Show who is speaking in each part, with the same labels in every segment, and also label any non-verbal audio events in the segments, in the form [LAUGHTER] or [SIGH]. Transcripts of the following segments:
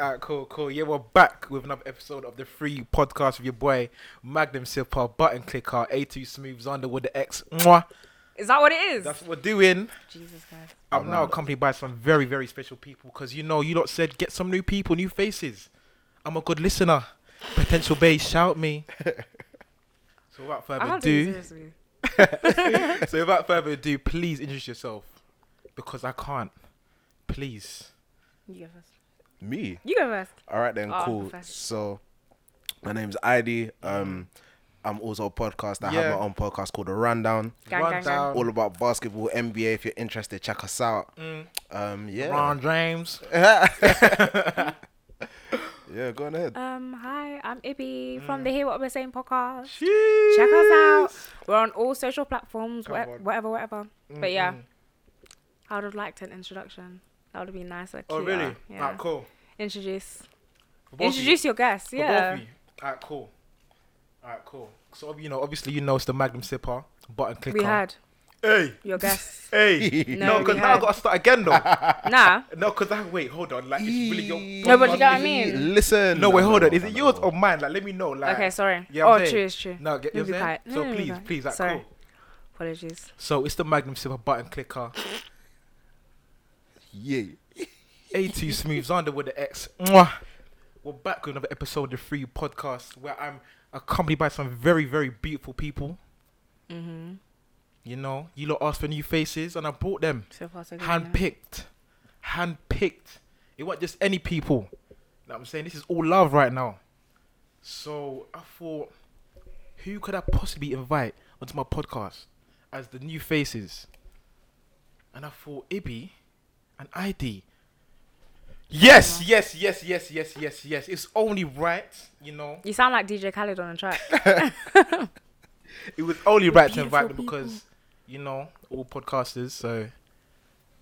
Speaker 1: Alright, cool, cool. Yeah, we're back with another episode of the free podcast with your boy Magnum Sipper, Button Clicker, A2 Smooths, Underwood the X. Mwah.
Speaker 2: Is that what it is?
Speaker 1: That's what we're doing.
Speaker 2: Jesus Christ.
Speaker 1: I'm now accompanied by some very, very special people because you know, you lot said get some new people, new faces. I'm a good listener. Potential base, shout me. so without
Speaker 2: I
Speaker 1: further
Speaker 2: can't take you
Speaker 1: ado,
Speaker 2: seriously.
Speaker 1: [LAUGHS] so without further ado, please introduce yourself because I can't. Please.
Speaker 2: You go first.
Speaker 3: Me.
Speaker 2: You go first.
Speaker 3: All right then,
Speaker 2: Oh, I'm
Speaker 3: cool.
Speaker 2: professional.
Speaker 3: So, my name's ID. Um, I'm also a podcast. I
Speaker 1: Yeah. Um,
Speaker 3: have my own podcast called The Rundown,
Speaker 2: Gang, gang, gang.
Speaker 3: all about basketball, NBA. If you're interested, check us out.
Speaker 1: Mm.
Speaker 3: Um,
Speaker 1: [LAUGHS]
Speaker 3: yeah,
Speaker 1: Ron James.
Speaker 3: [LAUGHS] yeah, go on
Speaker 1: Uh,
Speaker 3: ahead.
Speaker 2: Um, hi, I'm Ibby
Speaker 1: Mm.
Speaker 2: from the Hear What We're Saying podcast.
Speaker 1: Cheers.
Speaker 2: Check us out. We're on all social platforms,
Speaker 1: Come
Speaker 2: wha-
Speaker 1: on.
Speaker 2: whatever, whatever. But yeah, I would have liked an introduction. That would have been nice. Like,
Speaker 1: Oh
Speaker 2: cuter.
Speaker 1: really?
Speaker 2: Yeah.
Speaker 1: Alright, cool. Oh,
Speaker 2: Introduce.
Speaker 1: For both of you.
Speaker 2: Introduce your guests.
Speaker 1: For
Speaker 2: Yeah.
Speaker 1: both of you. Alright, cool. Alright, cool. So ob- you know, obviously you know it's the Magnum Sipper button clicker.
Speaker 2: We had
Speaker 1: Hey, [LAUGHS]
Speaker 2: your guests.
Speaker 1: hey.
Speaker 2: No,
Speaker 1: no, because
Speaker 2: we
Speaker 1: now I
Speaker 2: had.
Speaker 1: gotta start again though.
Speaker 2: nah.
Speaker 1: no, because I wait, hold on. Like it's really your.
Speaker 2: No, but you know what I mean?
Speaker 3: Listen.
Speaker 1: No, wait, hold on.
Speaker 3: no,
Speaker 1: Is
Speaker 3: no,
Speaker 1: it
Speaker 3: no,
Speaker 1: yours Oh.
Speaker 3: no.
Speaker 1: or mine? Like, let me know. Like,
Speaker 2: Okay, sorry.
Speaker 1: Yeah,
Speaker 2: oh,
Speaker 1: I'm saying.
Speaker 2: true, it's true.
Speaker 1: No, get you
Speaker 2: We'll be
Speaker 1: know what I'm
Speaker 2: quiet.
Speaker 1: saying. So
Speaker 2: No, no,
Speaker 1: please,
Speaker 2: no.
Speaker 1: please, like,
Speaker 2: Sorry.
Speaker 1: cool.
Speaker 2: Apologies.
Speaker 1: So it's the Magnum Silver button clicker.
Speaker 3: Yeah.
Speaker 1: A2 Smooths Underwood the X. Mwah. We're back with another episode of the Free Podcast where I'm accompanied by some very, very beautiful people.
Speaker 2: Mm-hmm.
Speaker 1: You know, you lot asked for new faces and I brought them.
Speaker 2: So far, so good. yeah.
Speaker 1: Handpicked. Handpicked. It wasn't just any people. You know what I'm saying? This is all love right now. So I thought, who could I possibly invite onto my podcast as the new faces? And I thought, Ibby and ID. Yes, yes, yes, yes, yes, yes, yes. It's only right, you know.
Speaker 2: You sound like DJ Khaled on
Speaker 1: [LAUGHS]
Speaker 2: a track.
Speaker 1: It was only right to invite them
Speaker 2: beautiful
Speaker 1: because, you know, all podcasters, so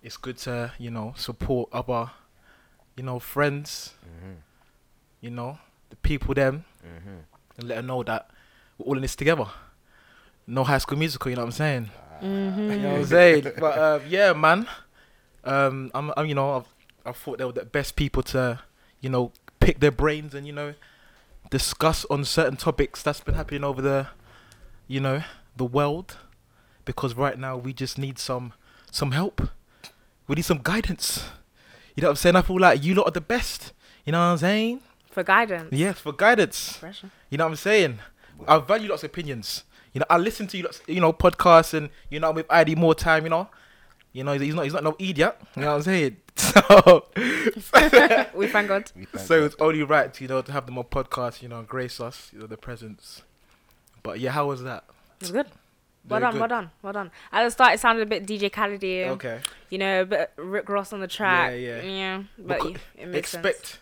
Speaker 1: it's good to, you know, support other, you know, friends, you know, the people them, and let them know that we're all in this together. No high school musical, you know what I'm saying? You know what I'm saying? But uh, yeah, man, um, I'm, I'm, you know, I've, I thought they were the best people to, you know, pick their brains and, you know, discuss on certain topics that's been happening over the you know, the world, because right now we just need some some help. We need some guidance. You know what I'm saying? I feel like you lot are the best. You know what I'm saying?
Speaker 2: For guidance.
Speaker 1: Yes, for guidance. [LAUGHS]
Speaker 2: Pressure. [LAUGHS]
Speaker 1: You know what I'm saying? I value lots of opinions. You know, I listen to you lots, you know, podcasts and you know I'm with ID more time. You know, you know he's not he's not no idiot. You know what I'm saying? [LAUGHS] So
Speaker 2: We thank God.
Speaker 3: We thank
Speaker 1: [LAUGHS] so
Speaker 3: God.
Speaker 1: it's only right, you know, to have them on podcast. You know, and grace us, you know, the presence. But yeah, how was that?
Speaker 2: It's good.
Speaker 1: Very
Speaker 2: Well done,
Speaker 1: good.
Speaker 2: well done, well done. At the start, it sounded a bit DJ Khaled, okay.
Speaker 1: Okay.
Speaker 2: you know, a bit Rick Ross on the track.
Speaker 1: Yeah, yeah.
Speaker 2: but
Speaker 1: Becau-
Speaker 2: you- it makes
Speaker 1: expect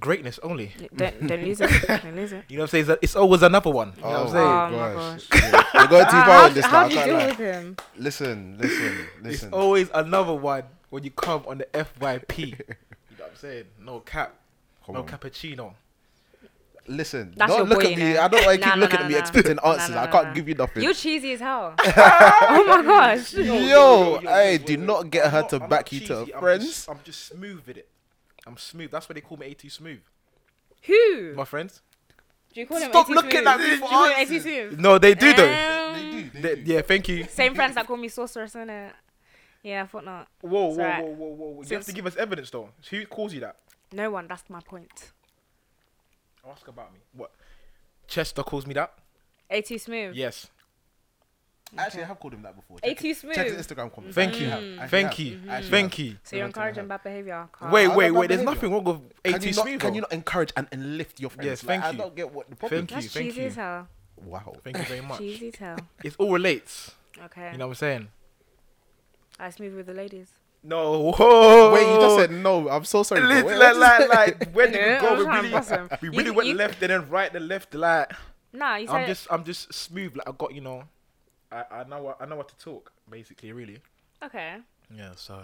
Speaker 1: greatness only.
Speaker 2: sense. Don't
Speaker 1: [LAUGHS]
Speaker 2: don't lose it. Don't lose it.
Speaker 1: You know what I'm saying? It's- It's always another one. You know what I'm
Speaker 3: Oh,
Speaker 1: saying?
Speaker 2: Oh my Uh,
Speaker 3: gosh. Yeah. We're going too far
Speaker 2: how
Speaker 3: with this now.
Speaker 2: how
Speaker 3: I
Speaker 2: do you
Speaker 3: can't
Speaker 2: deal
Speaker 3: lie.
Speaker 2: with him?
Speaker 3: Listen, listen,
Speaker 1: It's
Speaker 3: listen.
Speaker 1: always another one when you come on the FYP.
Speaker 3: [LAUGHS]
Speaker 1: you know what I'm saying? No cap.
Speaker 3: Come
Speaker 1: no
Speaker 3: on.
Speaker 1: cappuccino.
Speaker 3: Listen,
Speaker 2: That's your
Speaker 3: don't look
Speaker 2: boy,
Speaker 3: at me.
Speaker 2: innit?
Speaker 3: I don't want to
Speaker 2: Nah,
Speaker 3: keep
Speaker 2: nah,
Speaker 3: looking
Speaker 2: nah,
Speaker 3: at me
Speaker 2: nah.
Speaker 3: expecting
Speaker 2: Nah,
Speaker 3: answers.
Speaker 2: nah,
Speaker 3: I
Speaker 2: nah,
Speaker 3: can't
Speaker 2: nah.
Speaker 3: give you nothing.
Speaker 2: You're cheesy as
Speaker 3: [LAUGHS]
Speaker 2: hell. oh my gosh.
Speaker 3: Yo, I do not get her to back you to her
Speaker 1: I'm
Speaker 3: friends.
Speaker 1: just, I'm just smooth with it. I'm smooth. That's why they call me A2 Smooth.
Speaker 2: Who?
Speaker 1: My friends?
Speaker 2: Do you call him
Speaker 1: Stop
Speaker 2: AC
Speaker 1: looking
Speaker 2: Smooth?
Speaker 1: at me
Speaker 2: Do you
Speaker 1: for
Speaker 2: call him
Speaker 1: answers.
Speaker 2: AC Smooth?
Speaker 1: No, they do though.
Speaker 2: Um,
Speaker 1: They- yeah, thank you.
Speaker 2: Same friends that call me sorceress, innit? Yeah, I thought not.
Speaker 1: Whoa, whoa,
Speaker 2: It's alright.
Speaker 1: whoa, whoa, whoa, whoa. You have
Speaker 2: Since-
Speaker 1: to give us evidence though. Who calls you that?
Speaker 2: No one, that's my point.
Speaker 1: Ask about me. What? Chester calls me that?
Speaker 2: A2 Smooth.
Speaker 1: Yes.
Speaker 3: Actually, I have called him that before. Check,
Speaker 2: A2
Speaker 3: check his
Speaker 2: Smooth.
Speaker 3: Instagram comments.
Speaker 1: Thank
Speaker 3: Actually,
Speaker 1: you.
Speaker 3: I have. Actually, I
Speaker 1: Thank
Speaker 3: have.
Speaker 1: you.
Speaker 3: Actually, I
Speaker 1: Thank
Speaker 3: have.
Speaker 1: you.
Speaker 2: So you're
Speaker 3: Actually, I have.
Speaker 2: encouraging bad behavior. Carl.
Speaker 1: Wait, wait,
Speaker 3: I love
Speaker 1: wait.
Speaker 3: that
Speaker 1: There's
Speaker 3: behaviour.
Speaker 1: nothing wrong with
Speaker 3: Can you,
Speaker 1: AT
Speaker 3: not,
Speaker 1: Smooth.
Speaker 3: can you
Speaker 1: though.
Speaker 3: not encourage and enlift your friends?
Speaker 1: Yes,
Speaker 3: Like,
Speaker 1: thank you.
Speaker 3: I don't get what the problem
Speaker 1: Thank
Speaker 3: is.
Speaker 1: you,
Speaker 2: That's
Speaker 1: thank
Speaker 2: cheesy
Speaker 1: you.
Speaker 2: as hell.
Speaker 3: Wow.
Speaker 1: Thank you very much.
Speaker 2: Cheesy as hell.
Speaker 1: It all relates.
Speaker 2: Okay.
Speaker 1: You know what I'm saying?
Speaker 2: I smooth with the ladies.
Speaker 1: No. Whoa.
Speaker 3: Wait, you just said no. I'm so sorry. bro.
Speaker 1: Lit-
Speaker 3: Wait,
Speaker 1: like,
Speaker 3: what
Speaker 1: like,
Speaker 3: did you say?
Speaker 1: like, where did
Speaker 2: Yeah,
Speaker 1: we go?
Speaker 2: I'm
Speaker 1: We
Speaker 2: trying to
Speaker 1: really,
Speaker 2: bust him.
Speaker 1: we
Speaker 2: You-
Speaker 1: really went
Speaker 2: you-
Speaker 1: left and then right and left. Like,
Speaker 2: Nah, you
Speaker 1: I'm
Speaker 2: said
Speaker 1: just, I'm just smooth. Like, I got, you know, I, I know, what, I know what to talk. Basically, really.
Speaker 2: okay.
Speaker 1: Yeah. So,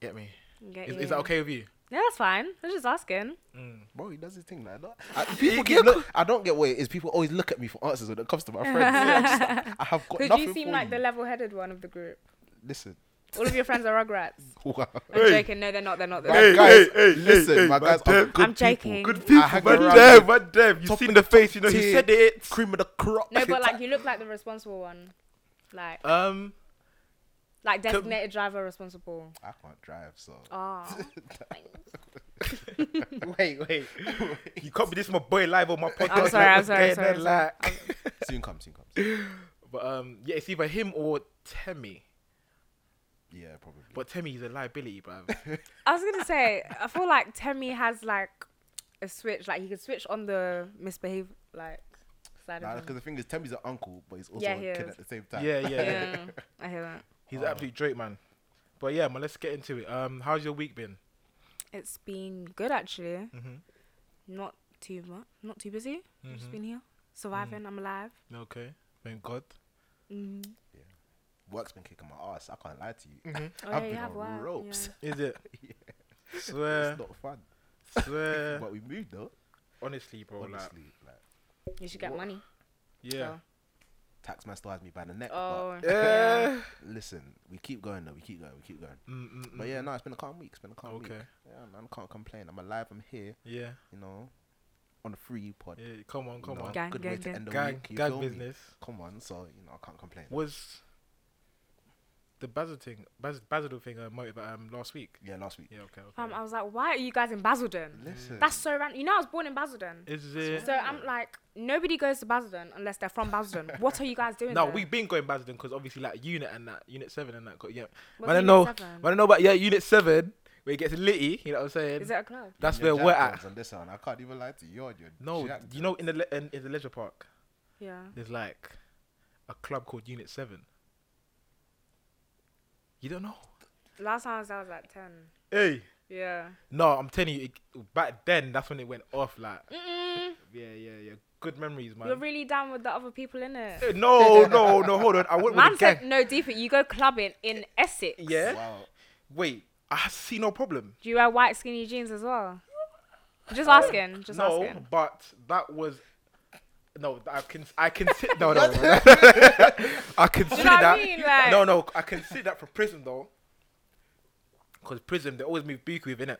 Speaker 1: get me.
Speaker 2: Get
Speaker 1: Is,
Speaker 2: you.
Speaker 1: is that okay with you?
Speaker 2: Yeah, that's fine. I was just asking.
Speaker 1: Mm.
Speaker 3: Bro, he does his thing like that. I, people keep look, I don't get what it is. People always look at me for
Speaker 2: [LAUGHS]
Speaker 3: answers when it comes to my friends. I'm just like, I have got
Speaker 2: Because
Speaker 3: nothing
Speaker 2: you seem
Speaker 3: for
Speaker 2: like
Speaker 3: you.
Speaker 2: the level-headed one of the group.
Speaker 3: Listen,
Speaker 2: All of your friends are Rugrats.
Speaker 3: [LAUGHS] Wow.
Speaker 2: I'm
Speaker 4: Hey.
Speaker 2: joking. No, they're not. They're not. They're
Speaker 3: My
Speaker 4: Hey,
Speaker 2: not.
Speaker 3: guys,
Speaker 4: hey, hey,
Speaker 3: listen,
Speaker 4: hey,
Speaker 3: my
Speaker 4: but
Speaker 3: guys are
Speaker 4: them-
Speaker 3: good
Speaker 2: I'm
Speaker 3: people.
Speaker 2: joking.
Speaker 4: Good
Speaker 3: I
Speaker 4: people,
Speaker 3: hang
Speaker 4: but
Speaker 3: around
Speaker 4: damn,
Speaker 3: with
Speaker 4: but damn. You
Speaker 3: top-
Speaker 4: seen the face, you know, he
Speaker 3: tier
Speaker 4: said it.
Speaker 3: Cream of the crop.
Speaker 2: No, but like you look like the responsible one, like
Speaker 1: Um,
Speaker 2: like designated driver responsible.
Speaker 3: I can't drive,
Speaker 2: [LAUGHS]
Speaker 3: so.
Speaker 2: Ah, [LAUGHS]
Speaker 4: Wait, wait. You can't be this my boy live on my podcast.
Speaker 2: I'm sorry. I'm
Speaker 4: What's
Speaker 2: sorry.
Speaker 4: going
Speaker 2: sorry,
Speaker 4: on,
Speaker 2: sorry.
Speaker 4: like?
Speaker 3: soon come, soon come.
Speaker 1: but um, yeah, it's either him or Temi.
Speaker 3: Yeah, probably.
Speaker 1: But Temi's a liability, bruv.
Speaker 2: I was gonna say, I feel like Temi has like a switch. Like he can switch on the misbehave like side
Speaker 3: Nah,
Speaker 2: of
Speaker 3: because
Speaker 2: him.
Speaker 3: the thing is, Temi's an uncle, but he's also
Speaker 2: Yeah,
Speaker 3: a
Speaker 2: he
Speaker 3: kid
Speaker 2: is.
Speaker 3: at the same time.
Speaker 1: yeah, yeah, yeah.
Speaker 2: Yeah, I hear that.
Speaker 1: He's an absolute Drake man. But yeah, man, let's get into it. Um, how's your week been?
Speaker 2: It's been good actually.
Speaker 1: Mhm.
Speaker 2: Not too much. Not too busy.
Speaker 1: Mm-hmm.
Speaker 2: Just been here surviving.
Speaker 1: Mm.
Speaker 2: I'm alive.
Speaker 1: Okay, thank God.
Speaker 2: hmm
Speaker 3: [LAUGHS] Work's been kicking my ass. I can't lie to you.
Speaker 4: Mm-hmm.
Speaker 2: Oh,
Speaker 3: I've
Speaker 2: yeah,
Speaker 3: been
Speaker 2: you have
Speaker 3: on
Speaker 2: work,
Speaker 3: ropes.
Speaker 1: Is it? Swear,
Speaker 3: It's not fun. [LAUGHS]
Speaker 1: swear.
Speaker 3: But we moved though.
Speaker 1: Honestly, bro,
Speaker 4: Oh,
Speaker 1: like,
Speaker 3: Honestly, like
Speaker 2: yeah. You should get money.
Speaker 1: yeah.
Speaker 3: taxman still has me by the neck.
Speaker 2: So. Oh,
Speaker 1: Yeah.
Speaker 2: [LAUGHS] yeah.
Speaker 3: But listen, we keep going though. We keep going. We keep going.
Speaker 1: Mm, mm,
Speaker 3: But
Speaker 1: mm.
Speaker 3: yeah, no, it's been a calm week. It's been a calm week.
Speaker 1: Okay.
Speaker 3: Yeah, man, I can't complain. I'm alive. I'm here.
Speaker 1: yeah,
Speaker 3: You know, on the free pod.
Speaker 1: yeah. Come on,
Speaker 3: you
Speaker 1: come
Speaker 3: know,
Speaker 1: on.
Speaker 2: Gang,
Speaker 3: good way
Speaker 2: gang,
Speaker 3: to
Speaker 2: gang.
Speaker 3: end the
Speaker 1: Gang,
Speaker 3: week. You
Speaker 1: gang
Speaker 3: feel me?
Speaker 1: business.
Speaker 3: Come on, so you know I can't complain.
Speaker 1: Was the Basil thing, Bas- Basil thing, uh, motive um last week?
Speaker 3: Yeah, last week.
Speaker 1: Yeah, okay. okay.
Speaker 2: Um, I was like, why are you guys in Basildon?
Speaker 3: Listen,
Speaker 2: That's so random. You know, I was born in Basildon.
Speaker 1: Is it?
Speaker 2: So I'm like, nobody goes to Basildon unless they're
Speaker 1: [LAUGHS]
Speaker 2: from Basildon. what are you guys doing?
Speaker 1: No,
Speaker 2: there?
Speaker 1: we've been going Basildon because obviously like unit and that unit seven and that. Got, yeah,
Speaker 2: Was
Speaker 1: man, I
Speaker 2: Unit
Speaker 1: know,
Speaker 2: Seven?
Speaker 1: man, I know about yeah unit seven where it gets litty. You know what I'm saying?
Speaker 2: Is it a club?
Speaker 1: That's
Speaker 3: your
Speaker 1: where we're
Speaker 3: jacked ones
Speaker 1: at.
Speaker 3: On this one, I can't even lie to you. You're, you're
Speaker 1: No,
Speaker 3: jacked
Speaker 1: you know in the le- in, in the leisure park,
Speaker 2: Yeah.
Speaker 1: there's like a club called Unit Seven. You don't know?
Speaker 2: Last time I was, I was like ten.
Speaker 1: Hey,
Speaker 2: Yeah.
Speaker 1: no, I'm telling you, it, back then that's when it went off. Like,
Speaker 2: Mm-mm.
Speaker 1: yeah, yeah, yeah, good memories, man.
Speaker 2: You're really down with the other people in it.
Speaker 1: Eh, no, no, no, hold on. I went with
Speaker 2: Man
Speaker 1: a gang.
Speaker 2: said no deeper. You go clubbing in Essex.
Speaker 1: yeah.
Speaker 3: Wow.
Speaker 1: Wait, I see no problem.
Speaker 2: Do you wear white skinny jeans as well? Just asking. Just
Speaker 1: no,
Speaker 2: asking.
Speaker 1: but that was. No, I can I can sit no
Speaker 2: [LAUGHS]
Speaker 1: no, no, no. [LAUGHS] I consider
Speaker 2: what I
Speaker 1: that
Speaker 2: mean? Like-
Speaker 1: no no I consider that for Prism though, because Prism they always move big with innit?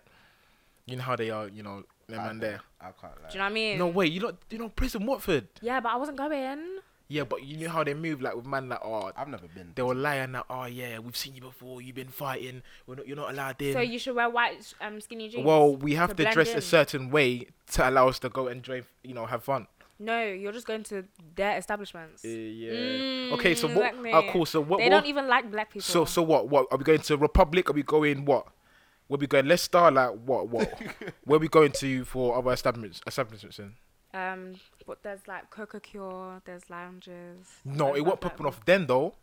Speaker 1: You know how they are, you know them
Speaker 3: I
Speaker 1: and there.
Speaker 3: I can't lie.
Speaker 2: Do you know what I mean?
Speaker 1: No wait, you not you know Prism Watford.
Speaker 2: Yeah, but I wasn't going.
Speaker 1: Yeah, but you know how they move like with man like oh
Speaker 3: I've never been.
Speaker 1: they were lying that oh yeah we've seen you before you've been fighting we're not, you're not allowed in.
Speaker 2: So you should wear white um skinny jeans.
Speaker 1: well, we have to,
Speaker 2: blend
Speaker 1: dress
Speaker 2: in.
Speaker 1: a certain way to allow us to go and drain, you know, have fun.
Speaker 2: No, you're just going to their establishments.
Speaker 1: yeah.
Speaker 2: Mm,
Speaker 1: okay, so what?
Speaker 2: exactly.
Speaker 1: ah, cool. So what?
Speaker 2: they
Speaker 1: what-
Speaker 2: don't even like black people.
Speaker 1: so so what? What are we going to Republic? Are we going what? Where we going? Let's start like what? [LAUGHS] What? Where we going to for our establishments? Establishments in?
Speaker 2: um, but there's like Coca Cure, there's lounges.
Speaker 1: No,
Speaker 2: and
Speaker 1: it wasn't
Speaker 2: stuff like
Speaker 1: popping
Speaker 2: that.
Speaker 1: off then though.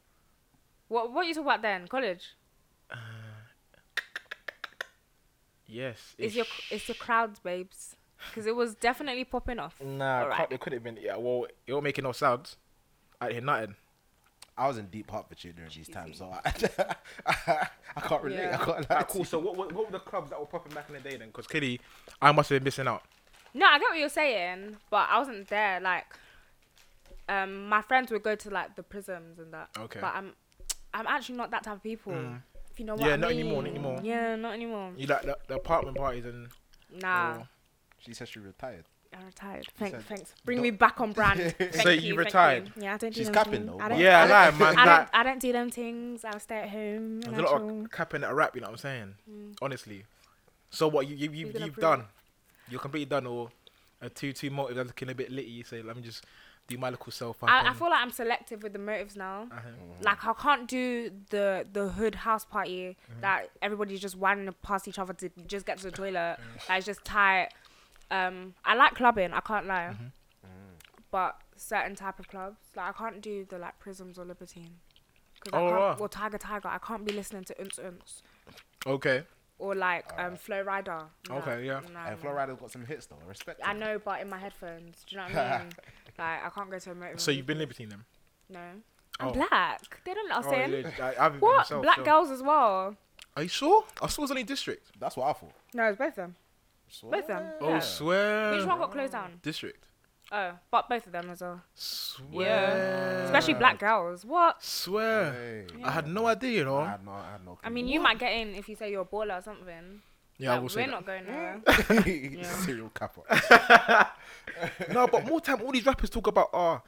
Speaker 2: What What you talk about then? College
Speaker 1: Yes.
Speaker 2: is your it's your crowds, babes, because it was definitely popping off.
Speaker 1: nah?
Speaker 2: Alright.
Speaker 1: can't- It couldn't have been. Yeah. Well, it won't making no sounds. I hear [LAUGHS] nothing.
Speaker 3: I was in deep Hertfordshire during these times, so I, [LAUGHS] I can't relate.
Speaker 2: Yeah.
Speaker 3: I can't lie.
Speaker 1: Ah, cool. So what, what? What were the clubs that were popping back in the day then? Because clearly, I must have been missing out.
Speaker 2: No, I get what you're saying, but I wasn't there. Like, um, my friends would go to like the prisms and that.
Speaker 1: Okay. Mm.
Speaker 2: But I'm, I'm actually not that type of people. If you know what
Speaker 1: Yeah,
Speaker 2: I
Speaker 1: not anymore, not
Speaker 2: mean.
Speaker 1: anymore.
Speaker 2: Yeah, not anymore.
Speaker 1: You like the, the apartment parties and
Speaker 2: Nah,
Speaker 1: Oh.
Speaker 3: She said she retired.
Speaker 2: I'm retired. Thanks,
Speaker 3: said-
Speaker 2: thanks. Bring me back on brand.
Speaker 1: [LAUGHS]
Speaker 2: Thank
Speaker 1: So
Speaker 2: you
Speaker 1: you
Speaker 2: thank
Speaker 1: retired?
Speaker 2: Yeah, I don't do
Speaker 3: She's
Speaker 2: them
Speaker 3: capping
Speaker 2: things.
Speaker 3: though,
Speaker 2: I
Speaker 3: but-
Speaker 2: don't,
Speaker 1: yeah,
Speaker 2: I don't,
Speaker 1: like man,
Speaker 2: I
Speaker 1: like
Speaker 2: don't, I don't do them things. I'll stay at home. And
Speaker 1: There's a
Speaker 2: I'll
Speaker 1: lot
Speaker 2: chill.
Speaker 1: of capping at a rap, you know what I'm saying?
Speaker 2: Mm.
Speaker 1: Honestly. So what you, you, you
Speaker 2: You're gonna
Speaker 1: you've
Speaker 2: prove it.
Speaker 1: done? You're completely done, or a two-two motive that's looking a bit litty. You say, let me just do my little self up.
Speaker 2: I, I
Speaker 1: and-
Speaker 2: feel like I'm selective with the motives now.
Speaker 1: Uh-huh.
Speaker 2: Like I can't do the the hood house party
Speaker 1: Mm-hmm.
Speaker 2: that everybody's just whining past each other to just get to the toilet. Like it's just tight. Um, I like clubbing. I can't lie,
Speaker 1: Mm-hmm.
Speaker 2: but certain type of clubs, like I can't do the like prisms or libertine. 'Cause I
Speaker 1: Oh,
Speaker 2: can't-
Speaker 1: wow.
Speaker 2: Or Tiger Tiger, I can't be listening to Unz Unz
Speaker 1: Okay,
Speaker 2: or like um Flow Rider. Nah,
Speaker 1: Oh, Okay, yeah.
Speaker 2: nah,
Speaker 3: Hey,
Speaker 2: nah.
Speaker 3: Flo Rida's got some hits though. I respect.
Speaker 2: I
Speaker 3: her.
Speaker 2: know, but in my headphones. Do you know what
Speaker 1: [LAUGHS]
Speaker 2: I mean? like I can't go to a motive.
Speaker 1: so you've been libertine then?
Speaker 2: no. I'm
Speaker 1: Oh.
Speaker 2: black. They don't let us
Speaker 1: Oh,
Speaker 2: in.
Speaker 1: yeah, I, I haven't been
Speaker 2: What?
Speaker 1: myself,
Speaker 2: Black
Speaker 1: so-
Speaker 2: girls as well.
Speaker 1: Are you sure? I saw it was only district.
Speaker 3: That's what I thought.
Speaker 2: No, it's both of them.
Speaker 3: So,
Speaker 2: Both of them.
Speaker 1: Oh,
Speaker 2: yeah.
Speaker 1: swear.
Speaker 2: Which one got closed down?
Speaker 1: District.
Speaker 2: Oh, but both of them as well.
Speaker 1: Swear.
Speaker 2: Especially
Speaker 1: Uh.
Speaker 2: black girls. What?
Speaker 1: Swear.
Speaker 3: Hey.
Speaker 1: I had no idea, you know.
Speaker 3: I had no, I had no
Speaker 2: I mean, you might get in if you say you're a baller or something.
Speaker 1: yeah, I
Speaker 2: Like,
Speaker 1: will say
Speaker 2: we're
Speaker 1: that.
Speaker 2: not going nowhere.
Speaker 3: [LAUGHS] mean, serial capper.
Speaker 1: no, but more time, all these rappers talk about ah,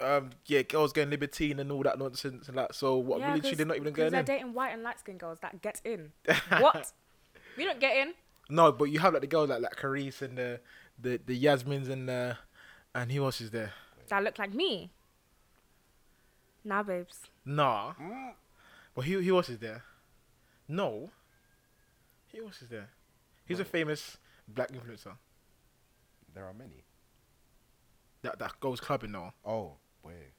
Speaker 1: um, yeah, girls getting libertine and all that nonsense and that. So what?
Speaker 2: Yeah,
Speaker 1: really, she
Speaker 2: 'cause-
Speaker 1: they're not even
Speaker 2: 'cause
Speaker 1: getting
Speaker 2: they're
Speaker 1: in.
Speaker 2: dating white and light skinned girls that get
Speaker 1: [LAUGHS]
Speaker 2: in. what? We don't get in.
Speaker 1: no, but you have like the girls like like Carice and the the the Yasmins and the and who else is there?
Speaker 2: That look like me. Nah, babes.
Speaker 1: Nah. But who who else is there? No. Who else is there? Who's a famous black influencer
Speaker 3: There are many.
Speaker 1: that that goes clubbing now?
Speaker 3: Oh, wait.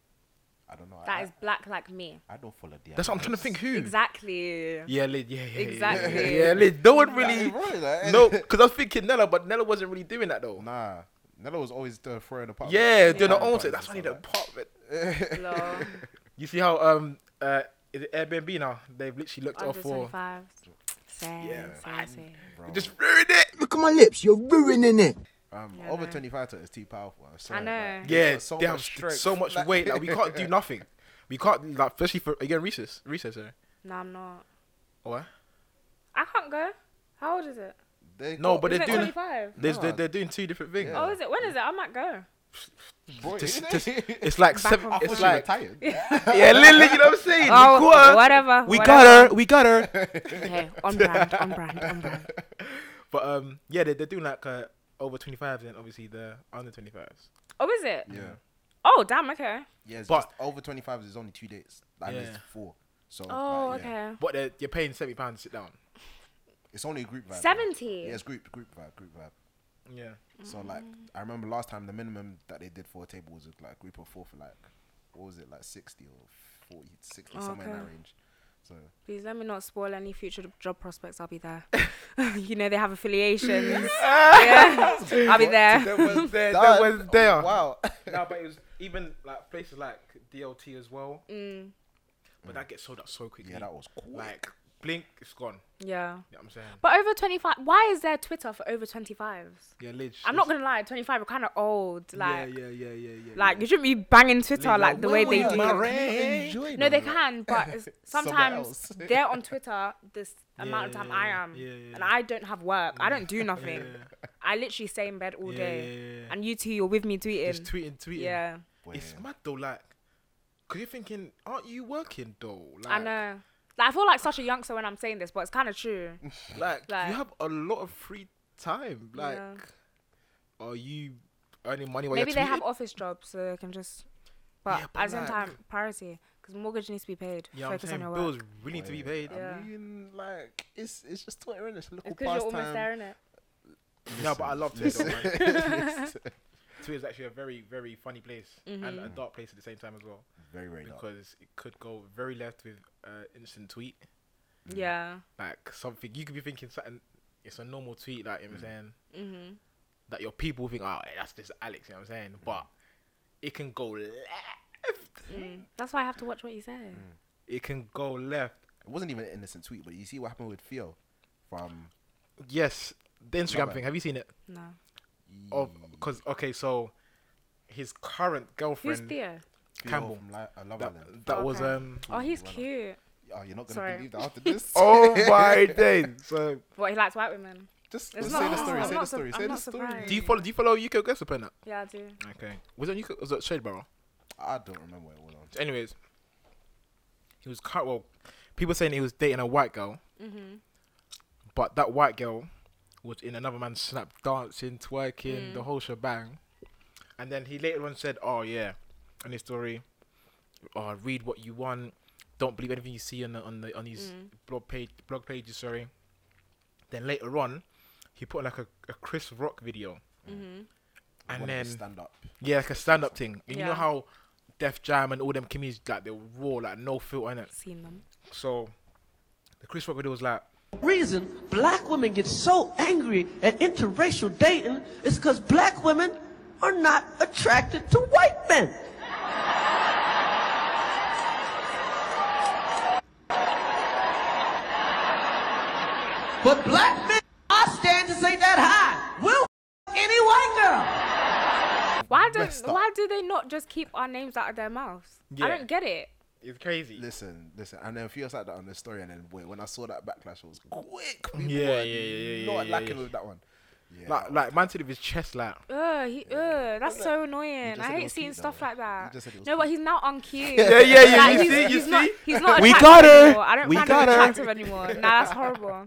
Speaker 3: I don't know. I,
Speaker 2: That is black
Speaker 1: [LAUGHS]
Speaker 2: like me.
Speaker 3: I don't follow the.
Speaker 1: That's what I'm trying to think. Who?
Speaker 2: Exactly.
Speaker 1: Yeah, Lid, yeah, yeah, yeah, yeah,
Speaker 2: Exactly.
Speaker 1: Yeah, Lid. No one
Speaker 3: That
Speaker 1: really.
Speaker 3: ain't right,
Speaker 1: [LAUGHS]
Speaker 3: like-
Speaker 1: No, because I was thinking Nella, but Nella wasn't really doing that though.
Speaker 3: [LAUGHS] Nah. Nella was always the throwing apart.
Speaker 1: Yeah, doing her
Speaker 3: Yeah.
Speaker 1: own thing. That's why I need an apartment. [LAUGHS]
Speaker 2: Lol.
Speaker 1: You see how um uh is it Airbnb now? They've literally looked out
Speaker 2: Under
Speaker 1: for.
Speaker 2: 25. Sad,
Speaker 1: Yeah,
Speaker 2: sad, sad.
Speaker 3: [LAUGHS] Bro.
Speaker 1: You Just ruined it.
Speaker 5: Look at my lips. You're ruining it.
Speaker 3: um,
Speaker 2: Yeah,
Speaker 3: over
Speaker 2: no.
Speaker 3: 25 to is too powerful. I'm sorry,
Speaker 2: I know.
Speaker 3: like,
Speaker 1: Yeah,
Speaker 3: got so
Speaker 1: they
Speaker 3: much
Speaker 1: have
Speaker 3: strength.
Speaker 1: so much
Speaker 3: Like-
Speaker 1: weight that we can't do nothing. We can't like especially for again recess recess. Sorry.
Speaker 2: No, I'm not.
Speaker 1: Oh, why?
Speaker 2: I can't go. How old is it?
Speaker 3: [LAUGHS] They
Speaker 1: No,
Speaker 3: got-
Speaker 1: but
Speaker 2: Is
Speaker 1: they're
Speaker 2: it
Speaker 1: doing
Speaker 2: 25?
Speaker 1: they're,
Speaker 3: No,
Speaker 1: they're,
Speaker 3: I-
Speaker 1: they're doing two different things.
Speaker 2: Oh, is it? When is it? I might go.
Speaker 3: Boy,
Speaker 1: Just-
Speaker 3: isn't [LAUGHS]
Speaker 1: just-
Speaker 3: it?
Speaker 1: it's like
Speaker 2: Oh, Back
Speaker 1: seven,
Speaker 2: on
Speaker 1: it's
Speaker 3: She
Speaker 1: like
Speaker 3: retired.
Speaker 1: yeah, Lily. You know what I'm saying?
Speaker 2: Oh,
Speaker 1: we got her.
Speaker 2: whatever,
Speaker 1: We
Speaker 2: whatever.
Speaker 1: got her. We got her.
Speaker 2: Okay, on brand, on brand, on brand.
Speaker 1: But um, yeah, they they're doing like uh, over 25s and obviously the under 25s.
Speaker 2: [LAUGHS] Oh, is it?
Speaker 3: [LAUGHS] Yeah.
Speaker 2: Oh, damn, okay.
Speaker 3: Yeah, it's
Speaker 1: But-
Speaker 3: just over 25 is only two dates. Like,
Speaker 1: Yeah.
Speaker 3: it's four. So,
Speaker 2: Oh,
Speaker 3: like, yeah.
Speaker 2: okay.
Speaker 1: But they're- you're paying 70 pounds to sit down.
Speaker 3: It's only a group vibe.
Speaker 2: 70?
Speaker 3: Yeah, it's group, group vibe, group vibe.
Speaker 1: Yeah.
Speaker 3: So, like,
Speaker 2: Mm.
Speaker 3: I remember last time the minimum that they did for a table was like a group of four for like, what was it, like 60 or 40, 60,
Speaker 2: Oh,
Speaker 3: somewhere in
Speaker 2: okay.
Speaker 3: that range. So,
Speaker 2: Please let me not spoil any future job prospects. I'll be there. [LAUGHS] you know, they
Speaker 1: [LAUGHS]
Speaker 2: have affiliations. [LAUGHS] yeah. I'll be there.
Speaker 1: That was
Speaker 3: [LAUGHS]
Speaker 1: there.
Speaker 3: That-
Speaker 1: That was there. [LAUGHS]
Speaker 3: Wow.
Speaker 1: No, but it was even like places like DLT as well.
Speaker 2: Mm,
Speaker 1: But that gets sold out so quickly.
Speaker 3: Yeah, that was cool.
Speaker 1: like blink, it's gone.
Speaker 2: Yeah.
Speaker 1: You know what I'm saying?
Speaker 2: But over 25, why is there Twitter for over 25s?
Speaker 1: Yeah, lich.
Speaker 2: I'm not going to lie, 25 are kind of old. Like,
Speaker 1: yeah, yeah, yeah, yeah, yeah.
Speaker 2: like you shouldn't be banging Twitter
Speaker 1: Leave
Speaker 2: like
Speaker 1: your
Speaker 2: the way they
Speaker 1: women
Speaker 2: do. No, they can,
Speaker 1: [LAUGHS]
Speaker 2: but it's- sometimes
Speaker 3: else.
Speaker 2: they're on Twitter this amount of
Speaker 1: Yeah,
Speaker 2: time
Speaker 1: yeah,
Speaker 2: I
Speaker 1: yeah.
Speaker 2: am,
Speaker 1: Yeah, yeah,
Speaker 2: and
Speaker 1: yeah.
Speaker 2: I don't have work. I don't
Speaker 1: [LAUGHS]
Speaker 2: do nothing. I literally stay in bed all
Speaker 1: Yeah,
Speaker 2: day,
Speaker 1: yeah, yeah.
Speaker 2: and you two, you're with me tweeting.
Speaker 1: Just tweeting, tweeting.
Speaker 2: yeah,
Speaker 1: It's mad though, like, because you're thinking, aren't you working though? Like,
Speaker 2: I know. Like I feel like such a youngster when I'm saying this, but it's kind of true.
Speaker 1: Like,
Speaker 2: Like-
Speaker 1: you have a lot of free time. Like,
Speaker 2: Yeah.
Speaker 1: are you earning money while
Speaker 2: Maybe
Speaker 1: you're
Speaker 2: they have
Speaker 1: tweeting?
Speaker 2: office jobs, so they can just. But,
Speaker 1: Yeah, but
Speaker 2: at the same
Speaker 1: like-
Speaker 2: time, priority because mortgage needs to be paid.
Speaker 1: Yeah, I'm
Speaker 2: Focus
Speaker 1: saying
Speaker 2: on your
Speaker 1: bills
Speaker 2: work.
Speaker 1: really need to be paid.
Speaker 2: Yeah.
Speaker 3: I mean, like, it's it's just Twitter and it's a little
Speaker 2: It's because you're almost there,
Speaker 3: pastime.
Speaker 2: innit?
Speaker 1: No, but I love Twitter. though, man.
Speaker 3: [LAUGHS]
Speaker 1: [LAUGHS]
Speaker 3: Listen.
Speaker 1: Twitter is actually a very, very funny place and a dark place at the same time as well
Speaker 3: very, very dark.
Speaker 1: because it could go very left with uh, instant tweet,
Speaker 2: Yeah.
Speaker 1: like something you could be thinking something. It's a normal tweet, like you know
Speaker 3: Mm.
Speaker 1: what I'm saying, that your people think, oh, that's just Alex. You know what I'm saying,
Speaker 3: Mm.
Speaker 1: but it can go left.
Speaker 2: Mm-hmm, mm. That's why I have to watch what you say.
Speaker 1: It can go left.
Speaker 3: It wasn't even an innocent tweet, but you see what happened with Theo from
Speaker 1: Yes, the Instagram
Speaker 3: bad.
Speaker 1: thing. Have you seen it?
Speaker 2: No.
Speaker 3: E,
Speaker 1: Of because okay, so his current
Speaker 2: Who's
Speaker 1: girlfriend
Speaker 2: Theo?
Speaker 3: Theo
Speaker 1: Campbell.
Speaker 3: from Li- uh, Love
Speaker 1: that,
Speaker 3: Island.
Speaker 1: that was
Speaker 2: Okay.
Speaker 1: um.
Speaker 2: Oh, he's
Speaker 3: Well,
Speaker 2: cute.
Speaker 3: Oh, you're not gonna
Speaker 2: Sorry.
Speaker 3: believe
Speaker 1: [LAUGHS]
Speaker 3: that after this.
Speaker 1: Oh my days! So
Speaker 2: What he likes white women.
Speaker 3: just
Speaker 2: It's
Speaker 3: just
Speaker 2: not-
Speaker 3: say the story.
Speaker 2: I'm
Speaker 3: say
Speaker 2: not
Speaker 3: the
Speaker 2: sur-
Speaker 3: story.
Speaker 2: I'm
Speaker 3: say the
Speaker 2: not
Speaker 3: story.
Speaker 2: surprised.
Speaker 1: do you follow? Do you follow Yuko Gessapin? up?
Speaker 2: Yeah, I do.
Speaker 1: Okay. Was it Yuko? Was it Shade Barrel?
Speaker 3: I don't remember what it was on.
Speaker 1: Anyways, he was cut. Well, people saying he was dating a white girl, but that white girl was in another man's snap dancing, twerking, the whole shebang. And then he later on said, "Oh yeah," in his story, "Oh read what you want. Don't believe anything you see on the, on the on these blog page blog pages." Sorry. Then later on, he put like a, a Chris Rock video, and
Speaker 3: One of
Speaker 1: then
Speaker 3: his stand up.
Speaker 1: yeah, like a stand up thing. And you know
Speaker 2: Yeah.
Speaker 1: how Def Jam and all them comedians like they were raw, like no filter in it.
Speaker 2: Seen them.
Speaker 1: So the Chris Rock video was like,
Speaker 6: reason black women get so angry at interracial dating is because black women are not attracted to white men. But black men, our standards ain't that high. We'll f- any white girl.
Speaker 2: Why don't
Speaker 3: messed up.
Speaker 2: why do they not just keep our names out of their mouths?
Speaker 4: Yeah.
Speaker 2: I don't get it.
Speaker 4: It's crazy.
Speaker 3: Listen, listen, and then a few us like that on the story, and then boy, when I saw that backlash, I was quick. People
Speaker 1: Yeah,
Speaker 3: were
Speaker 1: yeah, yeah, yeah,
Speaker 3: Not
Speaker 1: yeah,
Speaker 3: lacking
Speaker 1: yeah.
Speaker 3: with that one. Yeah,
Speaker 1: Like, like, man to his chest, like,
Speaker 2: Ugh, he, ugh, that's so annoying.
Speaker 3: just
Speaker 2: I
Speaker 3: said it
Speaker 2: hate
Speaker 3: was
Speaker 2: seeing
Speaker 3: cute, though.
Speaker 2: stuff like that.
Speaker 3: just said it was
Speaker 2: No, but he's now
Speaker 1: [LAUGHS]
Speaker 2: uncute.
Speaker 1: Yeah, yeah, yeah,
Speaker 2: Like,
Speaker 1: you
Speaker 2: he's,
Speaker 1: see, you
Speaker 2: he's
Speaker 1: see?
Speaker 2: Not, he's not.
Speaker 1: We
Speaker 2: attractive
Speaker 1: got her.
Speaker 2: Anymore. I don't
Speaker 1: We
Speaker 2: find
Speaker 1: got
Speaker 2: him
Speaker 1: her.
Speaker 2: attractive anymore. Nah, that's horrible.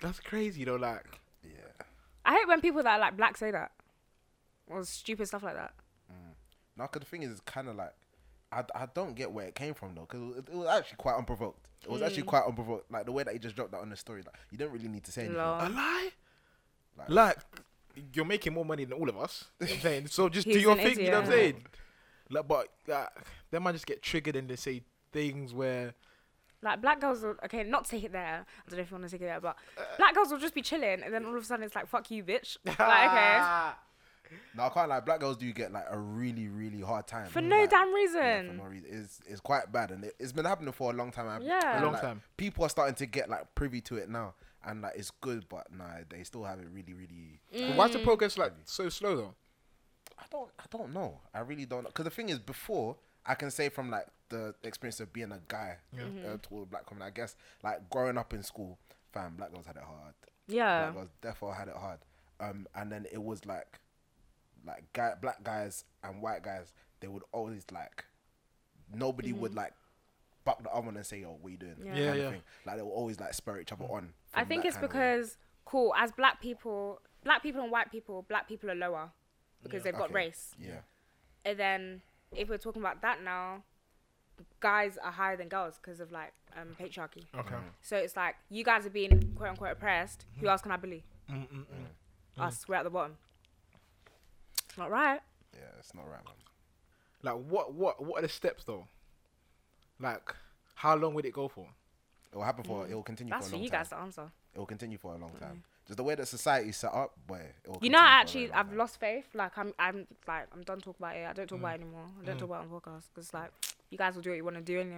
Speaker 1: that's crazy though. Like,
Speaker 3: yeah.
Speaker 2: I hate when people that are like black say that or stupid stuff like that.
Speaker 3: Now, cause the thing is, it's kind of like I, I don't get where it came from though, because it, it was actually quite unprovoked. It was
Speaker 2: Mm.
Speaker 3: actually quite unprovoked, like the way that he just dropped that on the story. Like you don't really need to say anything.
Speaker 2: Lol.
Speaker 1: a lie?
Speaker 3: Like-
Speaker 1: Like, you're making more money than all of us. You know what I'm saying? So just do
Speaker 2: He's
Speaker 1: your
Speaker 2: an
Speaker 1: thing, you know what I'm
Speaker 2: idiot.
Speaker 1: saying? Like, but uh, they might just get triggered and they say things where
Speaker 2: Like black girls, will, okay, not take it there. I don't know if you want to take it there, but
Speaker 1: Uh,
Speaker 2: black girls will just be chilling, and then all of a sudden it's like, "Fuck you,
Speaker 1: [LAUGHS]
Speaker 2: bitch!" Like, okay,
Speaker 3: Now I can't like black girls do get like a really really hard time
Speaker 2: for no
Speaker 3: like,
Speaker 2: damn
Speaker 3: yeah, for
Speaker 2: reason.
Speaker 3: no reason. It's it's quite bad, and it, it's been happening for a long time. and-
Speaker 2: Yeah.
Speaker 3: and,
Speaker 1: Long
Speaker 3: like,
Speaker 1: time.
Speaker 3: People are starting to get like privy to it now, and like it's good, but nah, they still have it really really.
Speaker 1: But Why's the
Speaker 2: Mm.
Speaker 1: progress like so slow though?
Speaker 3: I don't I don't know. I really don't know. Because the thing is, before I can say from like the experience of being a guy uh, toward a black woman, I guess like growing up in school, fam, black girls had it hard.
Speaker 2: Yeah.
Speaker 3: black girls therefore had it hard. Um, and then it was like, like guy, black guys and white guys, they would always like, nobody would like. Buck the other one and say, "Yo, what you doing?"
Speaker 2: Mm-hmm. Yeah. Mm.
Speaker 1: Yeah,
Speaker 3: kind of
Speaker 1: yeah.
Speaker 3: thing. Like they will always like spur each other on.
Speaker 2: I
Speaker 3: from
Speaker 2: think
Speaker 3: that
Speaker 2: it's
Speaker 3: kind of way.
Speaker 2: because cool as black people, black people and white people, black people are lower because they've got
Speaker 3: Okay.
Speaker 2: race.
Speaker 3: Yeah,
Speaker 2: And then if we're talking about that now, guys are higher than girls because of like um, patriarchy.
Speaker 1: Okay.
Speaker 3: Mm-hmm.
Speaker 2: So it's like you guys are being quote unquote oppressed. Who else can I bully? Us,
Speaker 3: Mm-hmm.
Speaker 2: we're at the bottom. It's not right.
Speaker 3: yeah, it's not right, man.
Speaker 1: Like, what, what, what are the steps though? Like, how long would it go for?
Speaker 3: It will happen for. It will continue.
Speaker 2: Mm. That's
Speaker 3: for a
Speaker 2: for
Speaker 3: long
Speaker 2: you
Speaker 3: time.
Speaker 2: guys to answer.
Speaker 3: it will continue for a long time. Just the way that society's set up, boy. It will
Speaker 2: You know, I actually
Speaker 3: continue for a very long
Speaker 2: I've
Speaker 3: time.
Speaker 2: lost faith. Like I'm, I'm like I'm done talking about it. I don't talk
Speaker 3: Mm.
Speaker 2: about it anymore. I don't talk about it on podcast because like you guys will do what you want to do anyway.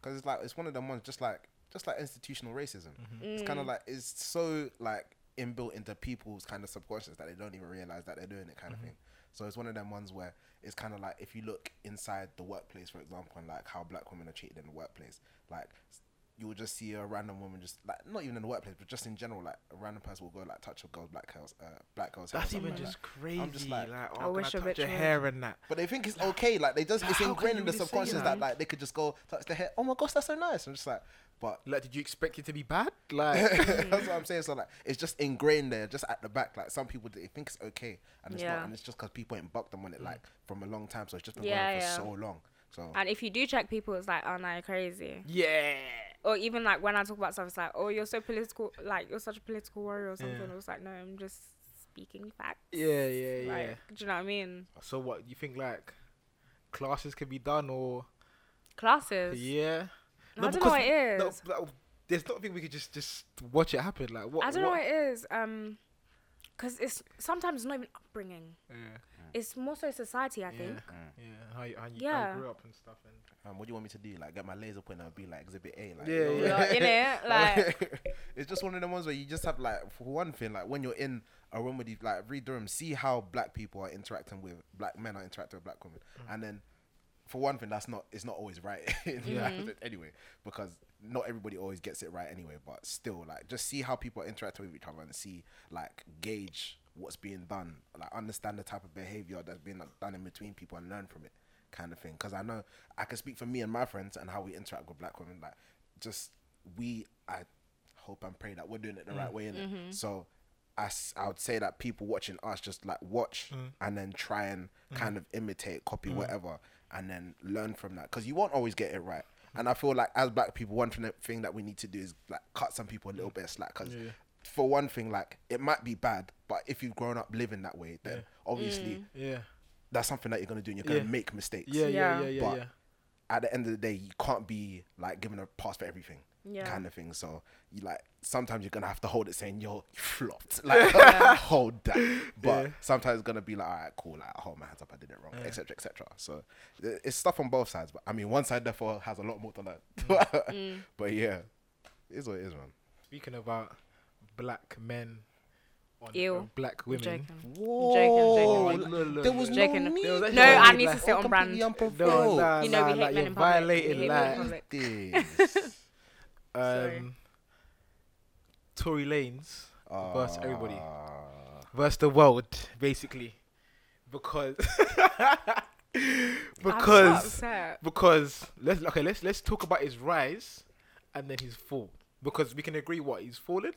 Speaker 3: because it's like it's one of them ones, just like just like institutional racism.
Speaker 1: Mm-hmm.
Speaker 3: It's kind of like it's so like inbuilt into people's kind of subconscious that they don't even realize that they're doing it,
Speaker 1: Mm-hmm.
Speaker 3: kind of thing. So it's one of them ones where it's kind of like if you look inside the workplace, for example, and like how black women are treated in the workplace, like s- you will just see a random woman just like not even in the workplace, but just in general, like a random person will go like touch a girl's black girl's uh, black girl's. hair or
Speaker 1: That's even
Speaker 3: something like
Speaker 1: just
Speaker 3: that.
Speaker 1: crazy.
Speaker 3: I'm just like,
Speaker 1: oh, I wish
Speaker 2: wish a
Speaker 1: touch your
Speaker 2: rich
Speaker 1: hair and that.
Speaker 3: But they think it's okay. Like they just
Speaker 1: Like,
Speaker 3: it's
Speaker 1: how can
Speaker 3: ingrained
Speaker 1: you
Speaker 3: in the
Speaker 1: really say
Speaker 3: subconscious
Speaker 1: that?
Speaker 3: that like they could just go touch the hair. Oh my gosh, that's so nice. I'm just like, but [LAUGHS]
Speaker 1: Like, did you expect it to be bad? [LAUGHS] Like, mm.
Speaker 3: that's what I'm saying. So like it's just ingrained there, just at the back. Like some people they think it's okay, and it's
Speaker 2: Yeah.
Speaker 3: not, and it's just because people ain't bucked them on
Speaker 1: Mm.
Speaker 3: it like from a long time. So it's just been
Speaker 2: Yeah,
Speaker 3: going on
Speaker 2: yeah.
Speaker 3: for so long. So
Speaker 2: And if you do check people, it's like, oh no, you're crazy.
Speaker 1: yeah.
Speaker 2: Or even like when I talk about stuff, it's like, oh, you're so political, like you're such a political warrior or something. It's like, no, I'm just speaking facts.
Speaker 1: Yeah, yeah, yeah.
Speaker 2: Like, do you know what I mean?
Speaker 1: So what you think? Like, classes can be done or
Speaker 2: Classes.
Speaker 1: yeah?
Speaker 2: I don't know what it
Speaker 1: no,
Speaker 2: is.
Speaker 1: but there's nothing we could just just watch it happen. Like, what?
Speaker 2: I don't know
Speaker 1: what-
Speaker 2: what it is. Um, because it's sometimes it's not even upbringing.
Speaker 1: Yeah,
Speaker 2: It's more so society, I think.
Speaker 1: yeah. How you, how you, how
Speaker 2: Yeah.
Speaker 1: you grew up and stuff and.
Speaker 3: um, what do you want me to do? Like get my laser pointer and be like Exhibit A? Like
Speaker 1: Yeah,
Speaker 3: you know?
Speaker 1: yeah.
Speaker 2: You're
Speaker 1: [LAUGHS]
Speaker 2: in it, [LAUGHS]
Speaker 3: [LAUGHS]
Speaker 2: like
Speaker 3: it's just one of the ones where you just have like for one thing, like when you're in a room with these like read the room, see how black people are interacting with black men are interacting with black women, and then for one thing, that's not it's not always right [LAUGHS] in the aspect anyway because not everybody always gets it right anyway. But still, like just see how people are interacting with each other and see like gauge what's being done, like understand the type of behavior that's being like, done in between people and learn from it, kind of thing. Because I know I can speak for me and my friends and how we interact with black women, like just we I hope and pray that we're doing it the right way in it. So I, s- I would say that people watching us just like watch
Speaker 1: Mm.
Speaker 3: and then try and kind of imitate, copy whatever, and then learn from that because you won't always get it right. And I feel like as black people, one thing- thing that we need to do is like cut some people a
Speaker 1: Mm.
Speaker 3: little bit of slack because. For one thing, like it might be bad, but if you've grown up living that way, then obviously
Speaker 1: Yeah.
Speaker 3: that's something that you're gonna do. and You're gonna
Speaker 1: Yeah.
Speaker 3: make mistakes
Speaker 1: Yeah, yeah, yeah,
Speaker 2: Yeah.
Speaker 1: yeah,
Speaker 3: but
Speaker 1: yeah.
Speaker 3: at the end of the day, you can't be like given a pass for everything,
Speaker 2: Yeah.
Speaker 3: kind of thing. So you like sometimes you're gonna have to hold it, saying yo, you
Speaker 2: [LAUGHS]
Speaker 3: flopped, like [LAUGHS] hold that. But
Speaker 1: Yeah.
Speaker 3: sometimes it's gonna be like, all right, cool, like I hold my hands up, I did it wrong, etc., etc. So th- it's stuff on both sides. But I mean, one side therefore has a lot more to learn.
Speaker 2: Mm.
Speaker 3: [LAUGHS] But yeah, it is what it is, man.
Speaker 1: Speaking about black men on
Speaker 2: Ew.
Speaker 1: uh, black women. [LAUGHS]
Speaker 3: Whoa.
Speaker 2: joking, joking.
Speaker 1: Oh, No, no,
Speaker 3: There was
Speaker 1: no.
Speaker 3: no
Speaker 2: Joking.
Speaker 3: need.
Speaker 1: There was actually
Speaker 2: No, I
Speaker 1: like-
Speaker 2: need to sit on brand. You
Speaker 3: completely
Speaker 1: No,
Speaker 3: [LAUGHS] unprovoked.
Speaker 1: nah,
Speaker 2: know
Speaker 1: nah,
Speaker 2: we hate
Speaker 1: nah,
Speaker 2: men
Speaker 1: you're
Speaker 2: in public. We
Speaker 1: violating
Speaker 2: hate men in
Speaker 1: like
Speaker 2: public.
Speaker 3: This.
Speaker 2: Sorry.
Speaker 1: um, Tory Lanes
Speaker 3: Ah.
Speaker 1: versus everybody versus the world, basically, because [LAUGHS]
Speaker 2: I'm so
Speaker 1: because
Speaker 2: upset.
Speaker 1: because let's okay let's let's talk about his rise and then his fall because we can agree what he's fallen.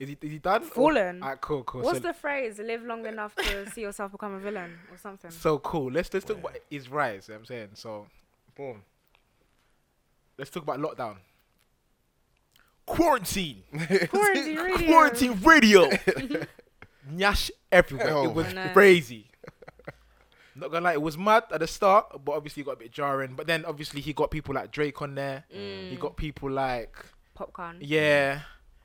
Speaker 1: Is he, is he done? or-
Speaker 2: Fallen?
Speaker 1: Alright, cool, cool.
Speaker 2: What's
Speaker 1: so,
Speaker 2: the phrase? Live long enough to see yourself become a villain or something.
Speaker 1: so cool. Let's let's talk about his rise. You know what I'm saying so. Boom. Let's talk about lockdown. [LAUGHS]
Speaker 3: [LAUGHS]
Speaker 1: Quarantine.
Speaker 2: Quarantine radio.
Speaker 1: Quarantine
Speaker 2: [LAUGHS]
Speaker 1: radio. Nyash everywhere.
Speaker 3: Oh.
Speaker 1: It was
Speaker 2: I know.
Speaker 1: crazy. Not gonna lie, it was mad at the start, but obviously it got a bit jarring. But then obviously he got people like Drake on there.
Speaker 2: Mm.
Speaker 1: He got people like
Speaker 2: Popcorn.
Speaker 1: yeah,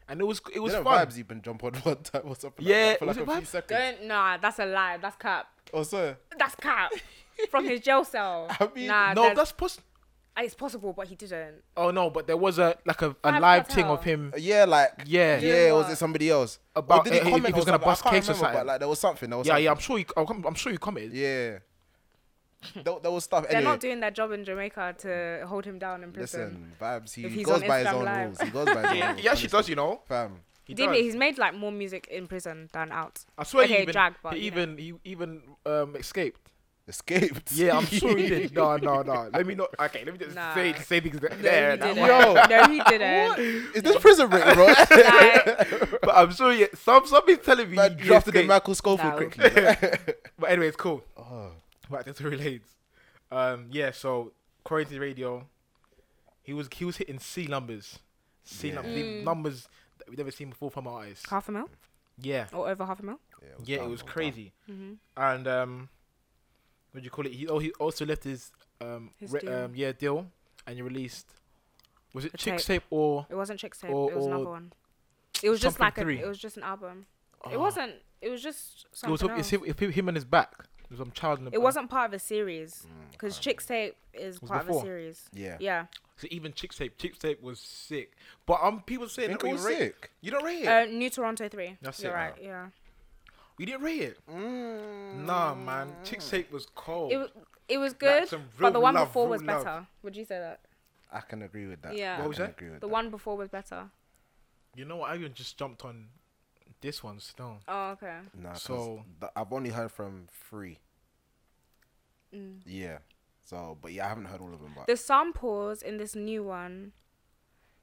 Speaker 1: and it was it
Speaker 3: You
Speaker 1: was
Speaker 3: know,
Speaker 1: fun.
Speaker 3: vibes even jump on one time or something
Speaker 1: Yeah,
Speaker 3: like that for
Speaker 1: was
Speaker 3: like a
Speaker 1: it
Speaker 3: few
Speaker 1: Vibes?
Speaker 3: seconds.
Speaker 2: Don't. Nah, that's a lie. That's cap.
Speaker 3: Oh, sorry.
Speaker 2: That's cap. From his jail cell.
Speaker 3: I mean,
Speaker 2: nah,
Speaker 1: No,
Speaker 2: Ah, there's-
Speaker 1: that's pos-
Speaker 2: it's possible, but he didn't.
Speaker 1: Oh no, but there was a like a, a
Speaker 2: Vibes
Speaker 1: live
Speaker 2: as
Speaker 1: thing
Speaker 2: hell.
Speaker 1: of him.
Speaker 3: Yeah, like
Speaker 1: Yeah.
Speaker 3: yeah.
Speaker 2: Doing
Speaker 3: Was
Speaker 2: what?
Speaker 3: it somebody else?
Speaker 1: About-
Speaker 3: or did he
Speaker 1: uh, if
Speaker 3: comment
Speaker 1: he was gonna
Speaker 3: or something? I
Speaker 1: bust
Speaker 3: can't
Speaker 1: cakes or
Speaker 3: remember, but,
Speaker 1: something.
Speaker 3: Like there was something. There was
Speaker 1: Yeah,
Speaker 3: something.
Speaker 1: yeah, I'm sure you. I'm, I'm sure you commented.
Speaker 3: Yeah. There, there was stuff.
Speaker 2: They're
Speaker 3: anyway,
Speaker 2: not doing their job in Jamaica to hold him down in prison.
Speaker 3: listen, vibes. He
Speaker 2: If he's
Speaker 3: goes
Speaker 2: on
Speaker 3: by his
Speaker 2: Instagram
Speaker 3: own
Speaker 2: Live.
Speaker 3: rules. He goes by his
Speaker 1: [LAUGHS]
Speaker 3: own
Speaker 1: Yeah,
Speaker 3: rules.
Speaker 1: he actually does. You know,
Speaker 3: Fam.
Speaker 1: he
Speaker 2: Didn't
Speaker 1: does.
Speaker 2: he? He's made like more music in prison than out.
Speaker 1: I swear
Speaker 2: Okay,
Speaker 1: he even
Speaker 2: drag, but,
Speaker 1: he
Speaker 2: you know.
Speaker 1: even he even um escaped.
Speaker 3: Escaped.
Speaker 1: Yeah, I'm sure he
Speaker 2: [LAUGHS]
Speaker 1: did. No, no, no. Let me not. Okay, let me just
Speaker 2: Nah.
Speaker 1: say say things that-
Speaker 2: No,
Speaker 1: there.
Speaker 2: he
Speaker 1: that
Speaker 2: didn't.
Speaker 1: one.
Speaker 2: no, he didn't.
Speaker 3: [LAUGHS] Is this prison
Speaker 1: [LAUGHS]
Speaker 3: rape, bro?
Speaker 2: Like,
Speaker 1: but I'm sure he, some somebody's telling me
Speaker 3: Man
Speaker 1: he
Speaker 3: drafted in
Speaker 1: escaped.
Speaker 3: Michael Scofield
Speaker 2: No.
Speaker 3: quickly.
Speaker 1: But anyway, it's cool.
Speaker 3: Oh.
Speaker 1: Back to Tory Lanez. Um, yeah. So quarantine radio. He was he was hitting C numbers, C num- the
Speaker 2: Mm.
Speaker 1: numbers that we've never seen before from our artists.
Speaker 2: half a mil
Speaker 1: Yeah,
Speaker 2: or over half a mil.
Speaker 1: yeah,
Speaker 3: dumb,
Speaker 1: it was
Speaker 3: dumb.
Speaker 1: crazy.
Speaker 2: Mm-hmm.
Speaker 1: And um, what do you call it? He oh he also left his um,
Speaker 2: His
Speaker 1: re-
Speaker 2: deal.
Speaker 1: um yeah deal, and he released. Was it
Speaker 2: A
Speaker 1: Chick's
Speaker 2: tape.
Speaker 1: tape or
Speaker 2: It wasn't Chick's tape.
Speaker 1: Or-
Speaker 2: it was
Speaker 1: or
Speaker 2: another one. It was just
Speaker 1: something
Speaker 2: like a,
Speaker 1: three.
Speaker 2: it was just an album. It wasn't. It was just
Speaker 1: it was
Speaker 2: something
Speaker 1: it's
Speaker 2: else.
Speaker 1: him, it's him- him and his back. It was some child. in the
Speaker 2: It
Speaker 1: back.
Speaker 2: wasn't part of a series because Chick's tape is
Speaker 1: Was
Speaker 2: part
Speaker 1: before.
Speaker 2: of a series.
Speaker 3: Yeah.
Speaker 2: Yeah.
Speaker 1: So even Chick's tape, Chick's tape was sick. But um, people saying
Speaker 3: Think
Speaker 1: that
Speaker 3: it
Speaker 1: we
Speaker 3: was
Speaker 1: rate
Speaker 3: sick.
Speaker 1: You don't rate it.
Speaker 2: Uh, New Toronto three.
Speaker 1: That's
Speaker 2: You're
Speaker 1: it,
Speaker 2: right. Yeah.
Speaker 1: you didn't rate it.
Speaker 3: Mm.
Speaker 1: Nah, man. Chick's tape was cold.
Speaker 2: It w- it was good,
Speaker 1: some
Speaker 2: but the
Speaker 1: real
Speaker 2: one
Speaker 1: love,
Speaker 2: before
Speaker 1: real
Speaker 2: was
Speaker 1: love.
Speaker 2: better. Would you say that?
Speaker 3: I can agree with that.
Speaker 2: Yeah.
Speaker 3: I
Speaker 2: What was
Speaker 3: can
Speaker 1: that?
Speaker 3: agree with
Speaker 2: The
Speaker 3: that.
Speaker 2: one before was better.
Speaker 1: you know what? I even just jumped on this one still.
Speaker 2: Oh, okay.
Speaker 3: Nah, 'cause
Speaker 1: So-
Speaker 3: the, I've only heard from three.
Speaker 2: Mm.
Speaker 3: Yeah. So, but yeah, I haven't heard all of them. But
Speaker 2: The samples in this new one,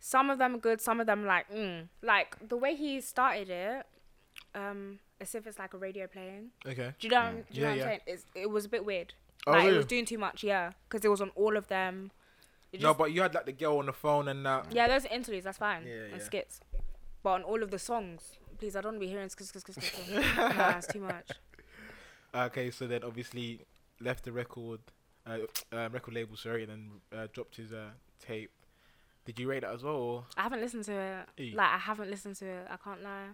Speaker 2: some of them good, some of them like, mm. like the way he started it, um, as if it's like a radio playing.
Speaker 1: Okay.
Speaker 2: Do you know? Do you
Speaker 1: Yeah, Mm.
Speaker 2: know what
Speaker 1: yeah.
Speaker 2: I'm saying? It's, it was a bit weird.
Speaker 1: Oh,
Speaker 2: like it
Speaker 1: really?
Speaker 2: was doing too much. Yeah, because it was on all of them. It
Speaker 1: No,
Speaker 2: just-
Speaker 1: but you had like the girl on the phone and that.
Speaker 2: yeah, those are interludes. That's fine.
Speaker 1: Yeah,
Speaker 2: and
Speaker 1: yeah.
Speaker 2: skits, but on all of the songs, please, I don't want to be hearing skits, skits, skits, skits.
Speaker 1: [LAUGHS]
Speaker 2: nah, it's too much.
Speaker 1: Okay, so then obviously left the record, uh, uh, record label, sorry, and then uh, dropped his uh, tape. Did you rate that as well? Or
Speaker 2: I haven't listened to it.
Speaker 1: Eh.
Speaker 2: Like I haven't listened to it. I can't lie.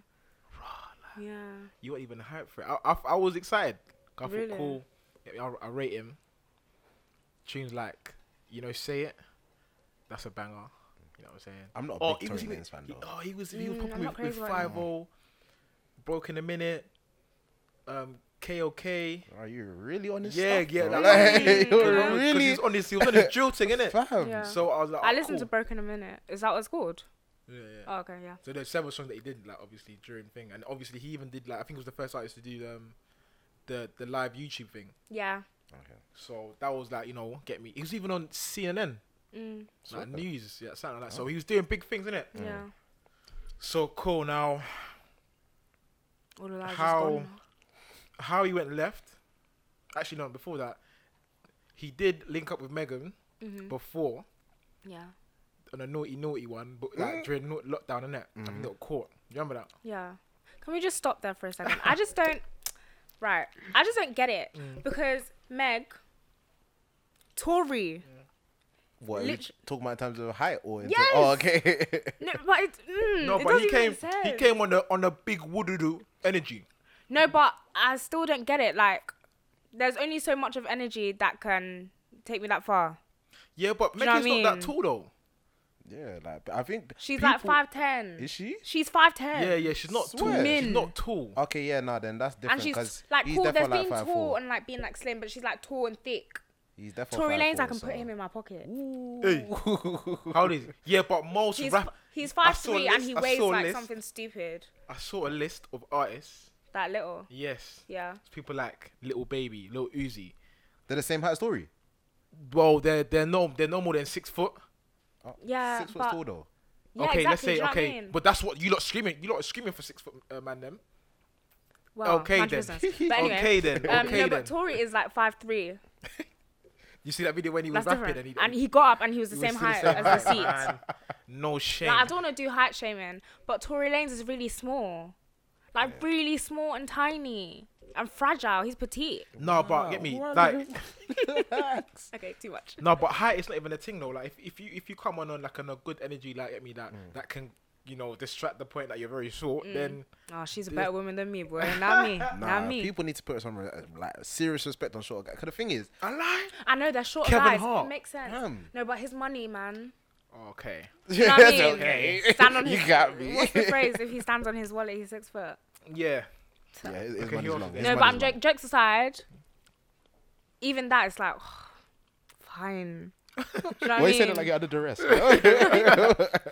Speaker 2: Yeah.
Speaker 1: you weren't even hyped for it? I, I, I was excited. I
Speaker 2: Really?
Speaker 1: thought, cool. yeah, I'll, I'll rate him. Tunes like, you know, say it. That's a banger. You know what I'm saying? Oh,
Speaker 3: I'm not a big
Speaker 1: he was
Speaker 3: Tory
Speaker 1: even-
Speaker 3: Lanez fan
Speaker 1: he-
Speaker 3: though.
Speaker 1: oh, he was he was
Speaker 2: Mm, I'm
Speaker 1: popping
Speaker 2: not
Speaker 1: with, with
Speaker 2: crazy about
Speaker 1: Five O, broke in a minute, um, KOK.
Speaker 3: oh, Are you really on this?
Speaker 1: Yeah,
Speaker 3: stuff,
Speaker 1: yeah,
Speaker 3: bro?
Speaker 1: like-
Speaker 3: Like,
Speaker 1: Because
Speaker 3: [LAUGHS] you're
Speaker 1: he
Speaker 3: really
Speaker 1: was on this, he was on this drill thing, innit?
Speaker 3: fam.
Speaker 2: Yeah.
Speaker 1: So I was like,
Speaker 2: I
Speaker 1: oh,
Speaker 2: listened to
Speaker 1: cool.
Speaker 2: Broken a Minute. Is that what it's called?
Speaker 1: yeah, yeah.
Speaker 2: Oh, okay, yeah.
Speaker 1: So there's several songs that he did, like obviously during thing, and obviously he even did like I think it was the first artist to do um, the the live YouTube thing.
Speaker 2: Yeah.
Speaker 1: So that was like you know get me. He was even on CNN,
Speaker 2: Mm.
Speaker 1: like, news, yeah, something like that. So he was doing big things, innit?
Speaker 2: Yeah.
Speaker 1: So cool. Now
Speaker 2: All of
Speaker 1: How-
Speaker 2: that is gone. now.
Speaker 1: how he went left. Actually, no. Before that, he did link up with Megan
Speaker 2: Mm-hmm.
Speaker 1: before
Speaker 2: Yeah.
Speaker 1: on a naughty naughty one, but like during no- lockdown and that, I think got caught. You remember that?
Speaker 2: Yeah. Can we just stop there for
Speaker 1: [LAUGHS]
Speaker 2: a second? I just don't. Right. I just don't get it because Meg, Tory.
Speaker 3: What? Are we
Speaker 2: Lit-
Speaker 3: talking about in terms of height or? in terms-
Speaker 2: Yes!
Speaker 3: Oh, okay. [LAUGHS]
Speaker 2: No, but it's, mm,
Speaker 1: No,
Speaker 2: it
Speaker 1: but he
Speaker 2: doesn't
Speaker 1: came.
Speaker 2: even make
Speaker 1: He
Speaker 2: sense.
Speaker 1: came on a on a big woodoo energy.
Speaker 2: No, but I still don't get it. Like, there's only so much of energy that can take me that far.
Speaker 1: Yeah, but
Speaker 2: you know what
Speaker 1: Megan's
Speaker 2: I
Speaker 1: not that
Speaker 2: mean?
Speaker 1: tall though.
Speaker 3: Yeah, like but I think
Speaker 2: She's like
Speaker 3: people-
Speaker 2: five ten.
Speaker 3: Is she?
Speaker 2: She's five ten.
Speaker 1: Yeah, yeah, she's not tall.
Speaker 3: Swear.
Speaker 1: She's
Speaker 2: Min.
Speaker 1: not tall.
Speaker 3: Okay, yeah, no, then that's different.
Speaker 2: And she's
Speaker 3: 'cause
Speaker 2: like
Speaker 3: he's
Speaker 2: cool. There's
Speaker 3: definitely
Speaker 2: being
Speaker 3: like
Speaker 2: tall
Speaker 3: 5'4".
Speaker 2: and like being like slim, but she's like tall and thick.
Speaker 3: He's definitely
Speaker 2: Tory Lanez, I
Speaker 3: 5'4",
Speaker 2: can put
Speaker 3: so-
Speaker 2: him in my pocket.
Speaker 1: Hey. How old is he? Yeah, but Miles
Speaker 2: He's
Speaker 1: rap.
Speaker 2: he's
Speaker 1: I
Speaker 2: five
Speaker 1: saw a
Speaker 2: three and
Speaker 1: list-
Speaker 2: he
Speaker 1: I
Speaker 2: weighs
Speaker 1: saw a
Speaker 2: like
Speaker 1: list-
Speaker 2: something stupid.
Speaker 1: I saw a list of artists.
Speaker 2: That little.
Speaker 1: Yes.
Speaker 2: Yeah.
Speaker 1: It's people like Little Baby, Little Uzi.
Speaker 3: They're the same height story.
Speaker 1: Well, they're they're no they're no more than six foot.
Speaker 2: Yeah,
Speaker 3: Oh, Six foot
Speaker 2: but-
Speaker 3: tall though.
Speaker 2: Yeah,
Speaker 1: okay,
Speaker 2: exactly.
Speaker 1: let's say
Speaker 2: do you know
Speaker 1: okay,
Speaker 2: What I mean?
Speaker 1: but that's what you lot screaming. You lot are screaming for six foot uh, man them.
Speaker 2: well,
Speaker 1: okay
Speaker 2: mind your
Speaker 1: then. [LAUGHS]
Speaker 2: business. But anyway,
Speaker 1: Okay then.
Speaker 2: Um,
Speaker 1: okay
Speaker 2: no,
Speaker 1: then.
Speaker 2: but Tory is like five three.
Speaker 1: you see that video when he was
Speaker 2: That's
Speaker 1: rapping
Speaker 2: different.
Speaker 1: and he,
Speaker 2: and he got up and he was the same
Speaker 1: still the
Speaker 2: height
Speaker 1: same
Speaker 2: as the
Speaker 1: [LAUGHS]
Speaker 2: seat.
Speaker 1: Man, no shame.
Speaker 2: Like, I don't want to do height shaming, but Tory Lanez is really small, like really small and tiny and fragile. He's petite.
Speaker 1: no, but get me like
Speaker 2: [LAUGHS] Okay, too much.
Speaker 1: no, but height is not even a thing though. Like if, if you if you come on on like on a good energy like get me that that can you know distract the point that you're very short then
Speaker 2: Oh, she's a better woman than me, [LAUGHS] boy. Not me.
Speaker 3: Nah,
Speaker 2: Not me.
Speaker 3: people need to put some re- like serious respect on short guys. Cause the thing is,
Speaker 1: I lie.
Speaker 2: I know they're short
Speaker 1: Kevin
Speaker 2: guys.
Speaker 1: Hart.
Speaker 2: It makes sense.
Speaker 3: Damn.
Speaker 2: No, but his money,
Speaker 3: [LAUGHS]
Speaker 2: man.
Speaker 1: Okay.
Speaker 2: You know what I
Speaker 3: It's
Speaker 2: mean?
Speaker 3: [LAUGHS] okay.
Speaker 2: Stand on
Speaker 3: You
Speaker 2: his,
Speaker 3: got me. [LAUGHS]
Speaker 2: What's the phrase? If he stands on his wallet, he's six foot.
Speaker 1: Yeah.
Speaker 3: yeah, his, his
Speaker 1: Okay,
Speaker 3: money's
Speaker 1: he
Speaker 3: long.
Speaker 1: also-
Speaker 3: His
Speaker 2: No, but
Speaker 3: money's
Speaker 2: I'm
Speaker 3: long.
Speaker 2: joke, jokes aside. Even that is like, [SIGHS]
Speaker 3: [LAUGHS]
Speaker 2: fine. Do you know what
Speaker 3: Why
Speaker 2: I
Speaker 3: you said it
Speaker 2: mean?
Speaker 3: like you're under [LAUGHS] duress?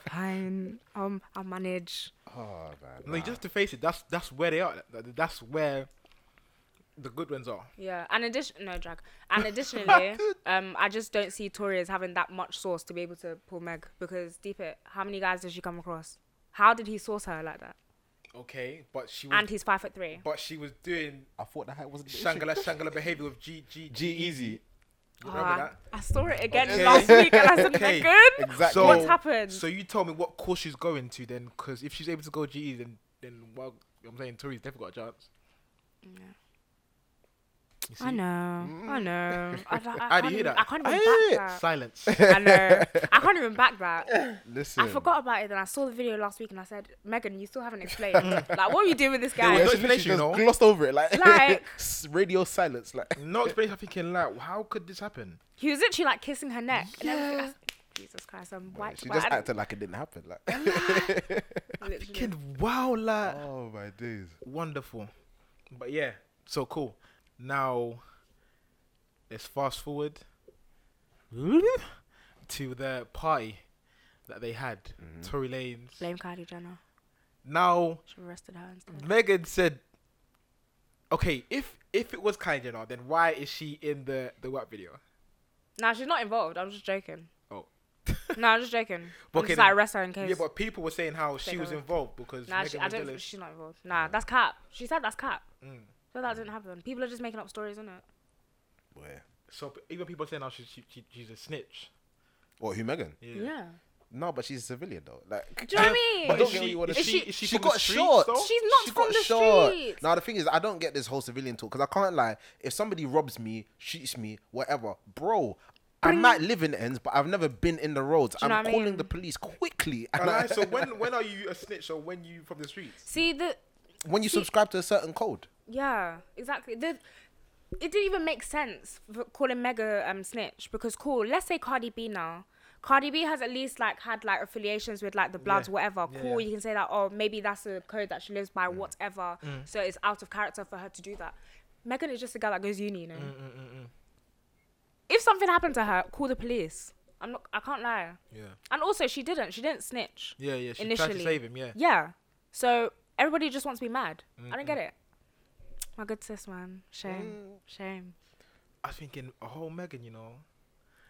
Speaker 2: fine. Um, I'll manage.
Speaker 3: Oh, man.
Speaker 1: No, you just have to face it. That's that's where they are. That- that- That's where the good ones are.
Speaker 2: Yeah, and addition
Speaker 1: [LAUGHS]
Speaker 2: no drag. And additionally, um, I just don't see Tori as having that much source to be able to pull Meg because deep it. How many guys did she come across? How did he source her like that?
Speaker 1: Okay, but she was
Speaker 2: And he's five foot three.
Speaker 1: but she was doing
Speaker 3: I thought that height wasn't the issue.
Speaker 1: shangala shangala behavior with G G
Speaker 3: G E Easy.
Speaker 1: You
Speaker 2: Oh, I,
Speaker 1: remember that?
Speaker 2: I saw it again
Speaker 1: Okay. [LAUGHS]
Speaker 2: last week, and I said,
Speaker 1: Okay.
Speaker 2: "They're good."
Speaker 3: Exactly.
Speaker 1: So-
Speaker 2: What's happened?
Speaker 1: So you told me what course she's going to then, because if she's able to go GE, then then well, I'm saying Tori's definitely got a chance. You
Speaker 2: I
Speaker 1: see?
Speaker 2: know, I know.
Speaker 1: Mm.
Speaker 2: I, I, I
Speaker 1: How do
Speaker 2: can't
Speaker 1: you hear
Speaker 2: even,
Speaker 1: that?
Speaker 2: I can't even back
Speaker 3: hear
Speaker 2: that.
Speaker 1: Silence.
Speaker 2: I know. I can't even back that.
Speaker 3: Listen.
Speaker 2: I forgot about it, and I saw the video last week, and I said, "Megan, you still haven't explained. like, what are you doing with this
Speaker 3: Yeah,
Speaker 2: guy?"
Speaker 1: no
Speaker 3: she literally
Speaker 1: explanation,
Speaker 3: just
Speaker 1: you know?
Speaker 3: glossed over it like,
Speaker 2: Like-
Speaker 3: [LAUGHS] s- radio silence. [LAUGHS] Like
Speaker 1: no explanation. I'm thinking like, how could this happen?
Speaker 2: He was literally like kissing her neck. And everything. I was like, Jesus Christ, I'm white.
Speaker 3: she
Speaker 2: but
Speaker 3: just
Speaker 2: I don't-
Speaker 3: acted like it didn't happen. Like [LAUGHS]
Speaker 2: literally.
Speaker 1: [LAUGHS] Thinking, wow, like
Speaker 3: oh my days.
Speaker 1: wonderful. But yeah, so cool. Now, let's fast forward to the party that they had. Tory Lanez.
Speaker 2: Blame Kylie Jenner.
Speaker 1: Now,
Speaker 2: She arrested her instead.
Speaker 1: Megan said, "Okay, if if it was Kylie Jenner, then why is she in the the what video?"
Speaker 2: Nah, she's not involved. I'm just joking.
Speaker 1: Oh, [LAUGHS]
Speaker 2: No, I'm just joking. I'm
Speaker 1: Okay,
Speaker 2: just like
Speaker 1: then-
Speaker 2: arrest her in case.
Speaker 1: yeah, but people were saying how she
Speaker 2: Take
Speaker 1: was
Speaker 2: over.
Speaker 1: involved because
Speaker 2: nah,
Speaker 1: Megan
Speaker 2: she, I
Speaker 1: was
Speaker 2: don't.
Speaker 1: jealous. Mm.
Speaker 2: She's not involved. Nah, that's cap. She said that's cap. So that didn't happen. People are just making up stories, isn't it?
Speaker 3: Where?
Speaker 1: So p- even people saying how she, she, she she's a snitch.
Speaker 3: Or who Megan?
Speaker 2: Yeah.
Speaker 3: No, but she's a civilian though. Like
Speaker 2: Do you know what I mean?
Speaker 1: But
Speaker 3: don't
Speaker 1: is
Speaker 3: get what
Speaker 1: she,
Speaker 3: you wanna
Speaker 1: is
Speaker 3: say.
Speaker 1: she,
Speaker 2: She-
Speaker 1: is she,
Speaker 3: she
Speaker 1: from the
Speaker 3: got
Speaker 1: streets,
Speaker 3: shot.
Speaker 1: though?
Speaker 2: She's not from the
Speaker 3: shot.
Speaker 2: streets.
Speaker 3: Now the thing is, I don't get this whole civilian talk because I can't lie. If somebody robs me, shoots me, whatever, bro. I might live in ends, but I've never been in the roads.
Speaker 2: you
Speaker 3: I'm
Speaker 2: know what I
Speaker 3: calling
Speaker 2: mean?
Speaker 3: the police quickly.
Speaker 1: And
Speaker 3: [LAUGHS]
Speaker 1: I- so [LAUGHS] when when are you a snitch or when you from the streets?
Speaker 2: See the.
Speaker 3: when you subscribe to a certain code,
Speaker 2: Yeah, exactly. The, it didn't even make sense for calling Mega um snitch because cool. Let's say Cardi B now. Cardi B has at least like had like affiliations with like the Bloods, whatever.
Speaker 1: Yeah,
Speaker 2: cool,
Speaker 1: yeah. Mm.
Speaker 2: you can say that. Oh, maybe that's a code that she lives by, whatever. So it's out of character for her to do that. Megan is just a girl that goes uni, you
Speaker 1: Mm,
Speaker 2: know. If something happened to her, call the police. I'm not. I can't lie.
Speaker 1: Yeah.
Speaker 2: And also, she didn't. She didn't snitch.
Speaker 1: Yeah, yeah, she tried to save him, yeah.
Speaker 2: Yeah. So everybody just wants to be mad. I don't get it. My good sis, man.
Speaker 1: Mm.
Speaker 2: Shame. Shame.
Speaker 1: I was thinking, oh Megan, you know,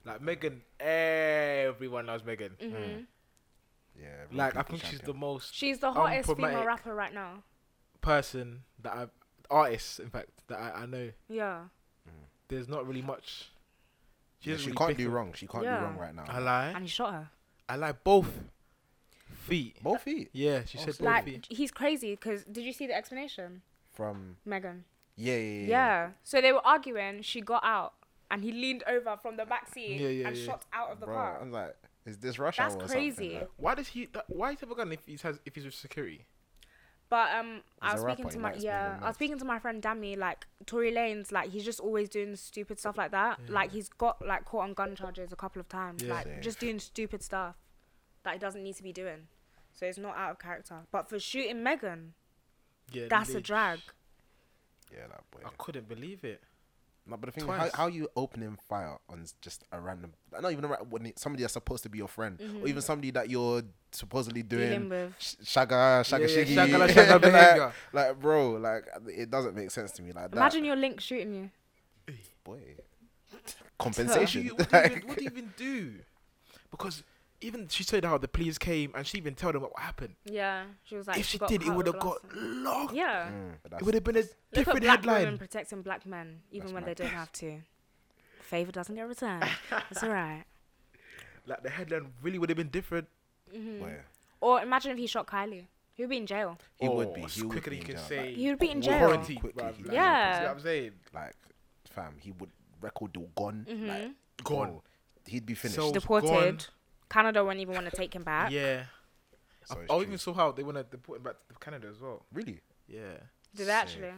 Speaker 1: like Megan, everyone loves Megan.
Speaker 2: Mm-hmm.
Speaker 3: yeah. real
Speaker 1: Like I
Speaker 3: people
Speaker 1: think she's the
Speaker 3: champion.
Speaker 1: most
Speaker 2: She's the hottest female
Speaker 1: unproblematic
Speaker 2: rapper right now.
Speaker 1: person that I artist in fact that I, I know.
Speaker 2: Yeah.
Speaker 1: There's not really much.
Speaker 3: Yeah,
Speaker 1: doesn't
Speaker 3: she
Speaker 1: really
Speaker 3: can't
Speaker 1: big
Speaker 3: do
Speaker 1: up.
Speaker 3: wrong. She can't
Speaker 2: Yeah.
Speaker 3: do wrong right
Speaker 1: I
Speaker 3: now.
Speaker 1: lie.
Speaker 2: And he shot her.
Speaker 1: I lie both feet.
Speaker 3: Both feet
Speaker 1: Yeah, she said both
Speaker 2: Like,
Speaker 1: feet.
Speaker 2: he's crazy because did you see the explanation?
Speaker 3: from
Speaker 2: Megan.
Speaker 3: yeah, yeah, yeah.
Speaker 2: Yeah. So they were arguing. She got out and he leaned over from the back seat
Speaker 1: Yeah, yeah,
Speaker 2: and
Speaker 1: yeah.
Speaker 2: shot out of the
Speaker 3: Bro,
Speaker 2: car.
Speaker 3: I'm like, is this Russia?
Speaker 2: That's
Speaker 3: or something?
Speaker 2: crazy.
Speaker 3: Like,
Speaker 1: Why does he? That, why is he have a gun if he has if he's with security?
Speaker 2: But um, I
Speaker 3: He's
Speaker 2: was
Speaker 3: a
Speaker 2: speaking
Speaker 3: rapper,
Speaker 2: to
Speaker 3: he
Speaker 2: my
Speaker 3: likes being
Speaker 2: yeah, I was
Speaker 3: nuts.
Speaker 2: speaking to my friend Dammy. Like Tory Lanez, like he's just always doing stupid stuff like that. Like he's got like caught on gun charges a couple of times. Like just doing stupid stuff. that he doesn't need to be doing. So it's not out of character. But for shooting Megan,
Speaker 1: Yeah,
Speaker 2: that's a
Speaker 1: literally.
Speaker 2: drag.
Speaker 3: Yeah, that boy.
Speaker 1: I couldn't believe it.
Speaker 3: No, but the thing,
Speaker 1: Twice.
Speaker 3: is, how, how you opening fire on s- just a random, not even a, ra- when it- somebody that's supposed to be your friend,
Speaker 1: Mm-hmm.
Speaker 3: or even somebody that you're supposedly doing
Speaker 2: Dealing with.
Speaker 3: sh- shaga shaga
Speaker 1: Yeah, yeah,
Speaker 3: shiggy,
Speaker 1: shagala shaga
Speaker 3: [LAUGHS] like-
Speaker 1: behaviour.
Speaker 3: like, bro, like it doesn't make sense to me. Like
Speaker 2: Imagine your link shooting you.
Speaker 3: that,
Speaker 1: [LAUGHS]
Speaker 3: boy,
Speaker 1: What do
Speaker 3: compensation.
Speaker 1: you,
Speaker 3: [LAUGHS]
Speaker 1: what do you even, what do you even do? Because even she said how the police came and she even tell them what happened.
Speaker 2: Yeah, she was like,
Speaker 1: if she
Speaker 2: got
Speaker 1: did, it
Speaker 2: caught
Speaker 1: would have
Speaker 2: with a
Speaker 1: got
Speaker 2: glass-
Speaker 1: locked.
Speaker 2: Yeah.
Speaker 3: Mm.
Speaker 1: It would have been a
Speaker 2: Look at
Speaker 1: different
Speaker 2: black women
Speaker 1: headline.
Speaker 2: protecting black men, even
Speaker 3: That's
Speaker 2: when
Speaker 3: mad.
Speaker 2: they don't have to. Favor doesn't get returned.
Speaker 3: [LAUGHS]
Speaker 2: It's alright.
Speaker 1: Like the headline really would have been different.
Speaker 3: Boy,
Speaker 2: Or imagine if he shot Kylie. He'd be in jail.
Speaker 3: he would
Speaker 1: Oh,
Speaker 3: be.
Speaker 1: as
Speaker 3: He would
Speaker 1: quicker
Speaker 3: be
Speaker 1: than
Speaker 3: in
Speaker 1: you can
Speaker 3: jail.
Speaker 1: say.
Speaker 2: He would be in jail.
Speaker 1: Quarantine,
Speaker 3: Quickly,
Speaker 1: bruv,
Speaker 3: he-
Speaker 1: like,
Speaker 2: Yeah.
Speaker 1: See what I'm saying?
Speaker 3: Like, fam, he would record do gone, like
Speaker 1: Mm-hmm. Gone.
Speaker 3: bro, he'd be finished.
Speaker 1: So- was
Speaker 2: Deported.
Speaker 1: gone.
Speaker 2: Canada won't even want to take him back.
Speaker 1: Yeah.
Speaker 3: So it's
Speaker 1: I, I
Speaker 3: true.
Speaker 1: even saw how they want to deport him back to Canada as well.
Speaker 3: really,
Speaker 1: Yeah.
Speaker 2: Did they actually?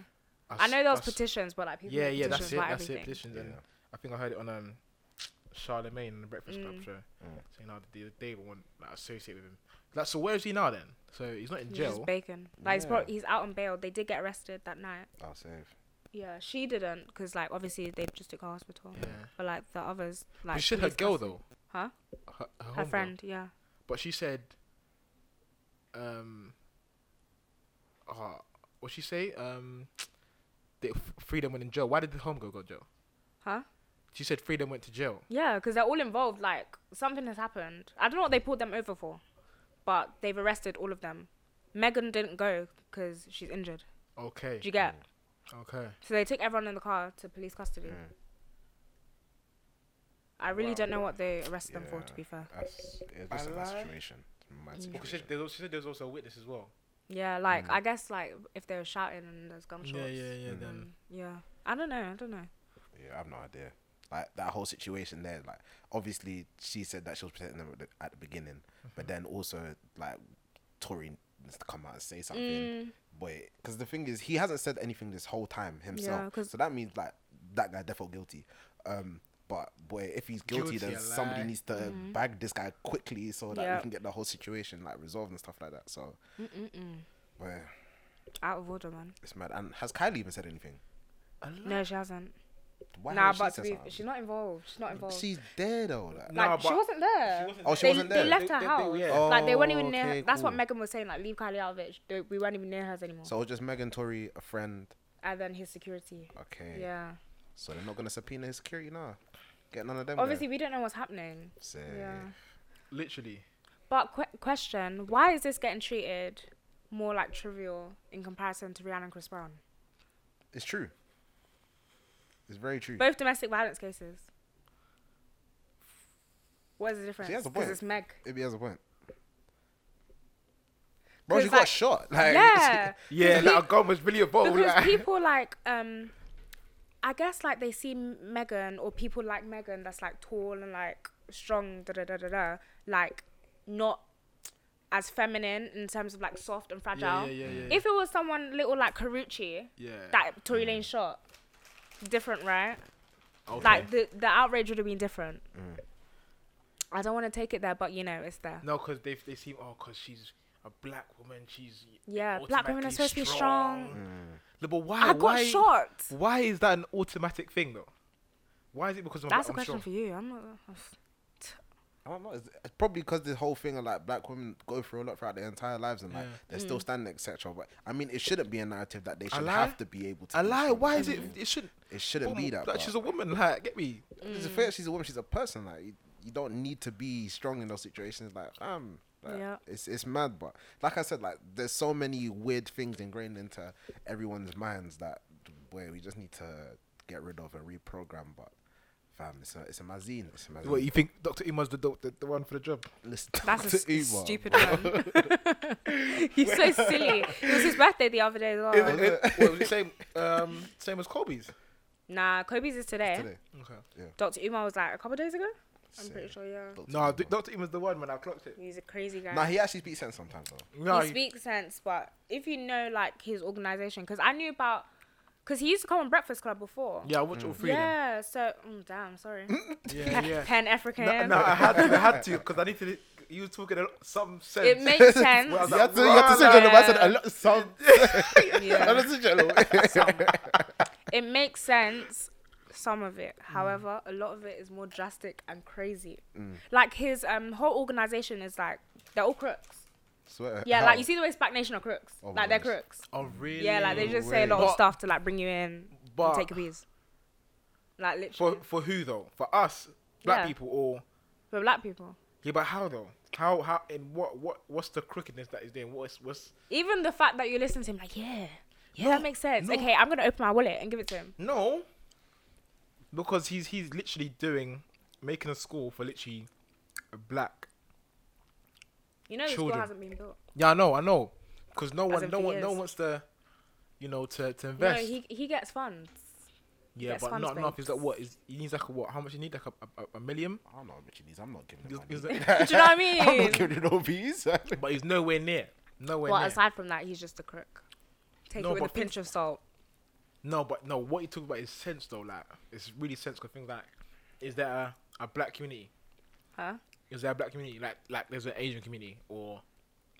Speaker 2: I
Speaker 1: s-
Speaker 2: know there was
Speaker 1: s-
Speaker 2: petitions, but like people.
Speaker 1: Yeah,
Speaker 2: make
Speaker 1: yeah,
Speaker 2: petitions
Speaker 1: that's it.
Speaker 2: about
Speaker 1: That's it.
Speaker 2: everything.
Speaker 1: Petitions, and
Speaker 3: Yeah.
Speaker 1: I think I heard it on um, Charlemagne on the Breakfast
Speaker 2: Mm.
Speaker 1: Club show, saying how they, they want like associate with him. Like, so where is he now then? So he's not in
Speaker 2: He's
Speaker 1: jail.
Speaker 2: just bacon. Like he's, pro- he's out on bail. They did get arrested that night.
Speaker 3: I'll save.
Speaker 2: Yeah, she didn't, cause like obviously they just took her hospital.
Speaker 1: Yeah.
Speaker 2: But like the others, like
Speaker 1: But shit, her
Speaker 2: police
Speaker 1: girl
Speaker 2: custody-
Speaker 1: though.
Speaker 2: Huh?
Speaker 1: Her, her,
Speaker 2: Her
Speaker 1: homegirl.
Speaker 2: friend. Yeah.
Speaker 1: But she said, um, uh, what she say? Um, that f- freedom went in jail. Why did the homegirl go to jail?
Speaker 2: Huh?
Speaker 1: She said freedom went to jail.
Speaker 2: Yeah, because they're all involved. Like something has happened. I don't know what they pulled them over for, but they've arrested all of them. Megan didn't go because she's injured.
Speaker 1: Okay.
Speaker 2: Did you get?
Speaker 1: okay.
Speaker 2: So they took everyone in the car to police custody.
Speaker 3: Hmm.
Speaker 2: I really don't know what they arrested them for, to be fair.
Speaker 3: That's it's just a
Speaker 1: Alive? Mm.
Speaker 3: bad situation. It's a mad
Speaker 1: Because she,
Speaker 3: situation.
Speaker 1: there was- she said there was also a witness as well.
Speaker 2: Yeah,
Speaker 3: Hmm.
Speaker 2: like I guess like if they were shouting and there's gunshots.
Speaker 1: Yeah, yeah, yeah. Then
Speaker 2: then yeah. I don't know. I don't know.
Speaker 3: Yeah, I have no idea. Like that whole situation there, like obviously she said that she was protecting them at the, at the beginning,
Speaker 1: Mm-hmm.
Speaker 3: but then also like Tory needs to come out and say something.
Speaker 2: Mm.
Speaker 3: Boy, because the thing is, he hasn't said anything this whole time
Speaker 2: Yeah,
Speaker 3: himself.
Speaker 2: 'cause-
Speaker 3: so that means like that guy definitely guilty. Um, but boy, if he's guilty,
Speaker 1: Guilty,
Speaker 3: then
Speaker 1: I
Speaker 3: somebody
Speaker 1: lie.
Speaker 3: needs to
Speaker 2: Mm-hmm.
Speaker 3: bag this guy quickly so that
Speaker 2: Yeah.
Speaker 3: we can get the whole situation like resolved and stuff like that. So, boy,
Speaker 2: Out of order, man.
Speaker 3: it's mad. And has Kylie even said anything?
Speaker 2: No, she hasn't.
Speaker 3: Why
Speaker 2: nah,
Speaker 3: hasn't she
Speaker 2: but to
Speaker 3: said
Speaker 2: be,
Speaker 3: something? Mm.
Speaker 2: she's not involved. She's not involved.
Speaker 3: She's there though. Like,
Speaker 1: Nah,
Speaker 2: like she
Speaker 1: but-
Speaker 2: wasn't there.
Speaker 1: wasn't
Speaker 3: Oh, she
Speaker 2: they,
Speaker 3: wasn't there.
Speaker 2: They left
Speaker 1: They-
Speaker 2: her
Speaker 1: they- they-
Speaker 2: house.
Speaker 1: yeah.
Speaker 2: like they weren't
Speaker 3: Oh,
Speaker 2: even near.
Speaker 3: okay,
Speaker 2: That's what
Speaker 3: cool.
Speaker 2: Megan was saying. Like leave Kylie out of it. Sh- They, we weren't even near hers anymore.
Speaker 3: So it was just Megan Tory, a friend.
Speaker 2: and then his security.
Speaker 3: Okay.
Speaker 2: Yeah.
Speaker 3: So they're not gonna subpoena his security now. Get none of them.
Speaker 2: Obviously, we don't know what's happening.
Speaker 3: There. Say,
Speaker 2: yeah.
Speaker 1: literally.
Speaker 2: But que- question: Why is this getting treated more like trivial in comparison to Rihanna and Chris Brown?
Speaker 3: It's true. It's very true.
Speaker 2: Both domestic violence cases. What is the difference?
Speaker 3: has a
Speaker 2: Because
Speaker 3: point.
Speaker 2: it's Meg.
Speaker 3: Maybe has a point. Bro, she
Speaker 2: 'Cause,
Speaker 3: got
Speaker 2: like-
Speaker 3: shot. Like,
Speaker 2: Yeah.
Speaker 1: Yeah, like, our gun was really involved.
Speaker 2: because
Speaker 1: like-
Speaker 2: people like um i guess like they see megan or people like megan that's like tall and like strong da da da da da like not as feminine in terms of like soft and
Speaker 1: yeah,
Speaker 2: fragile
Speaker 1: yeah, yeah, yeah.
Speaker 2: if it was someone little like karuchi
Speaker 1: Yeah. Mm.
Speaker 2: that tory lane shot different right
Speaker 1: Okay.
Speaker 2: like the the outrage would have been different
Speaker 1: Mm.
Speaker 2: i don't want to take it there but you know it's there
Speaker 1: No, because they they seem oh, because she's a black woman. She's
Speaker 2: Yeah, black women are
Speaker 1: automatically
Speaker 2: supposed to be strong.
Speaker 1: No, but why?
Speaker 2: i got
Speaker 1: why,
Speaker 2: shot
Speaker 1: Why is that an automatic thing though? Why is it because I'm
Speaker 2: that's a
Speaker 1: black?
Speaker 2: question
Speaker 1: I'm
Speaker 2: for
Speaker 1: strong?
Speaker 2: you i'm not
Speaker 3: [LAUGHS] I don't know. It's it's probably because this whole thing of like black women go through a lot throughout their entire lives and like they're
Speaker 2: Mm.
Speaker 3: still standing, etc. But I mean, it shouldn't be a narrative that they should
Speaker 1: lie?
Speaker 3: have to be able to.
Speaker 1: I
Speaker 3: be
Speaker 1: lie.
Speaker 3: strong.
Speaker 1: Why is it? It shouldn't.
Speaker 3: It shouldn't be that.
Speaker 1: Like,
Speaker 3: but-
Speaker 1: she's a woman. Like, get me.
Speaker 3: It's
Speaker 2: Mm.
Speaker 3: fair. She's a woman. She's a person. Like you, you don't need to be strong in those situations. Like um, like,
Speaker 2: Yeah.
Speaker 3: it's it's mad. But like I said, like there's so many weird things ingrained into everyone's minds that boy, we just need to get rid of and reprogram. But fam, it's a it's a mazine. It's a mazine.
Speaker 1: What you think, Doctor Uma's the, doc- the the one for the job?
Speaker 3: [LAUGHS] Listen
Speaker 2: That's a
Speaker 3: to
Speaker 2: st-
Speaker 3: Uma,
Speaker 2: stupid
Speaker 3: bro.
Speaker 2: one.
Speaker 3: [LAUGHS]
Speaker 2: He's so silly. It was his birthday the other day as well.
Speaker 1: Is it- uh, what was it same um same as Colby's?
Speaker 2: Nah, Kobe's is today.
Speaker 3: Today.
Speaker 1: Okay.
Speaker 2: Dr. Umar was like a couple days ago. I'm pretty sure, yeah.
Speaker 1: No, Doctor Uma's the one when I clocked it.
Speaker 2: He's a crazy guy.
Speaker 3: Nah, he actually speaks sense sometimes though.
Speaker 1: No,
Speaker 2: he speaks sense, but if you know like his organization, because I knew about, because he used to come on Breakfast Club before.
Speaker 1: yeah, I watched all three. of them.
Speaker 3: [LAUGHS]
Speaker 2: Yeah, so mm, damn, sorry.
Speaker 1: Yeah, yeah.
Speaker 2: Pan African. [LAUGHS]
Speaker 1: No, I had to, I had to, because I need to.
Speaker 4: you was talking a lot, some sense.
Speaker 2: It
Speaker 3: [LAUGHS]
Speaker 2: makes sense.
Speaker 4: Well, I was
Speaker 3: You
Speaker 4: like,
Speaker 3: had to, you had to say
Speaker 4: "Rah,
Speaker 3: Jello, but I said
Speaker 2: Yeah.
Speaker 3: a lot of
Speaker 2: [LAUGHS]
Speaker 3: sound.
Speaker 2: Yeah.
Speaker 3: I don't say Jello.
Speaker 1: [LAUGHS]
Speaker 2: it makes sense some of it however a lot of it is more drastic and crazy
Speaker 1: Mm.
Speaker 2: like his um whole organization is like they're all crooks
Speaker 3: [LAUGHS] Swear.
Speaker 2: yeah
Speaker 3: How?
Speaker 2: like you see the way Spac Nation are crooks
Speaker 3: Oh my
Speaker 2: like they're
Speaker 3: goodness.
Speaker 2: crooks
Speaker 1: Oh really?
Speaker 2: yeah like they just say a lot of
Speaker 1: But-
Speaker 2: stuff to like bring you in
Speaker 1: but-
Speaker 2: and take your piece like
Speaker 4: For
Speaker 2: literally
Speaker 4: for
Speaker 2: for,
Speaker 4: who though? For us, black
Speaker 2: Yeah.
Speaker 4: people, or
Speaker 2: black people
Speaker 4: yeah, but how though? How how and what what what's the crookedness that is there? What's what's
Speaker 2: even the fact that you listen to him like yeah yeah that makes sense okay I'm gonna open my wallet and give it to him
Speaker 4: no? Because he's he's literally doing making a school for literally black.
Speaker 2: you know the school
Speaker 1: Children.
Speaker 2: hasn't been built
Speaker 1: Yeah, I know, I know. Because no one,
Speaker 2: in
Speaker 1: no
Speaker 2: for
Speaker 1: one, no
Speaker 2: years.
Speaker 1: one's to, you know, to to
Speaker 2: no
Speaker 1: invest.
Speaker 2: he, he gets funds
Speaker 1: yeah,
Speaker 2: gets
Speaker 1: but
Speaker 2: funds
Speaker 1: not enough.
Speaker 2: back.
Speaker 1: Is that what? Is he needs like a what? How much you need? Like a a, a- a million?
Speaker 3: I don't know how much it is. I'm not giving
Speaker 1: Is-
Speaker 3: him
Speaker 1: is
Speaker 3: money.
Speaker 1: that-
Speaker 2: do you know what I
Speaker 3: [LAUGHS] I'm
Speaker 2: mean
Speaker 3: not giving him no fees.
Speaker 1: [LAUGHS] but he's nowhere near. Nowhere
Speaker 2: Well,
Speaker 1: near.
Speaker 2: aside from that, he's just a crook. Take
Speaker 1: No,
Speaker 2: it with a
Speaker 1: but think-
Speaker 2: pinch of salt.
Speaker 1: No, but no. What you talk about is sense though. Like it's really sense. Cause things like, is there a, a black community?
Speaker 2: Huh?
Speaker 1: Is there a black community? Like like there's an Asian community or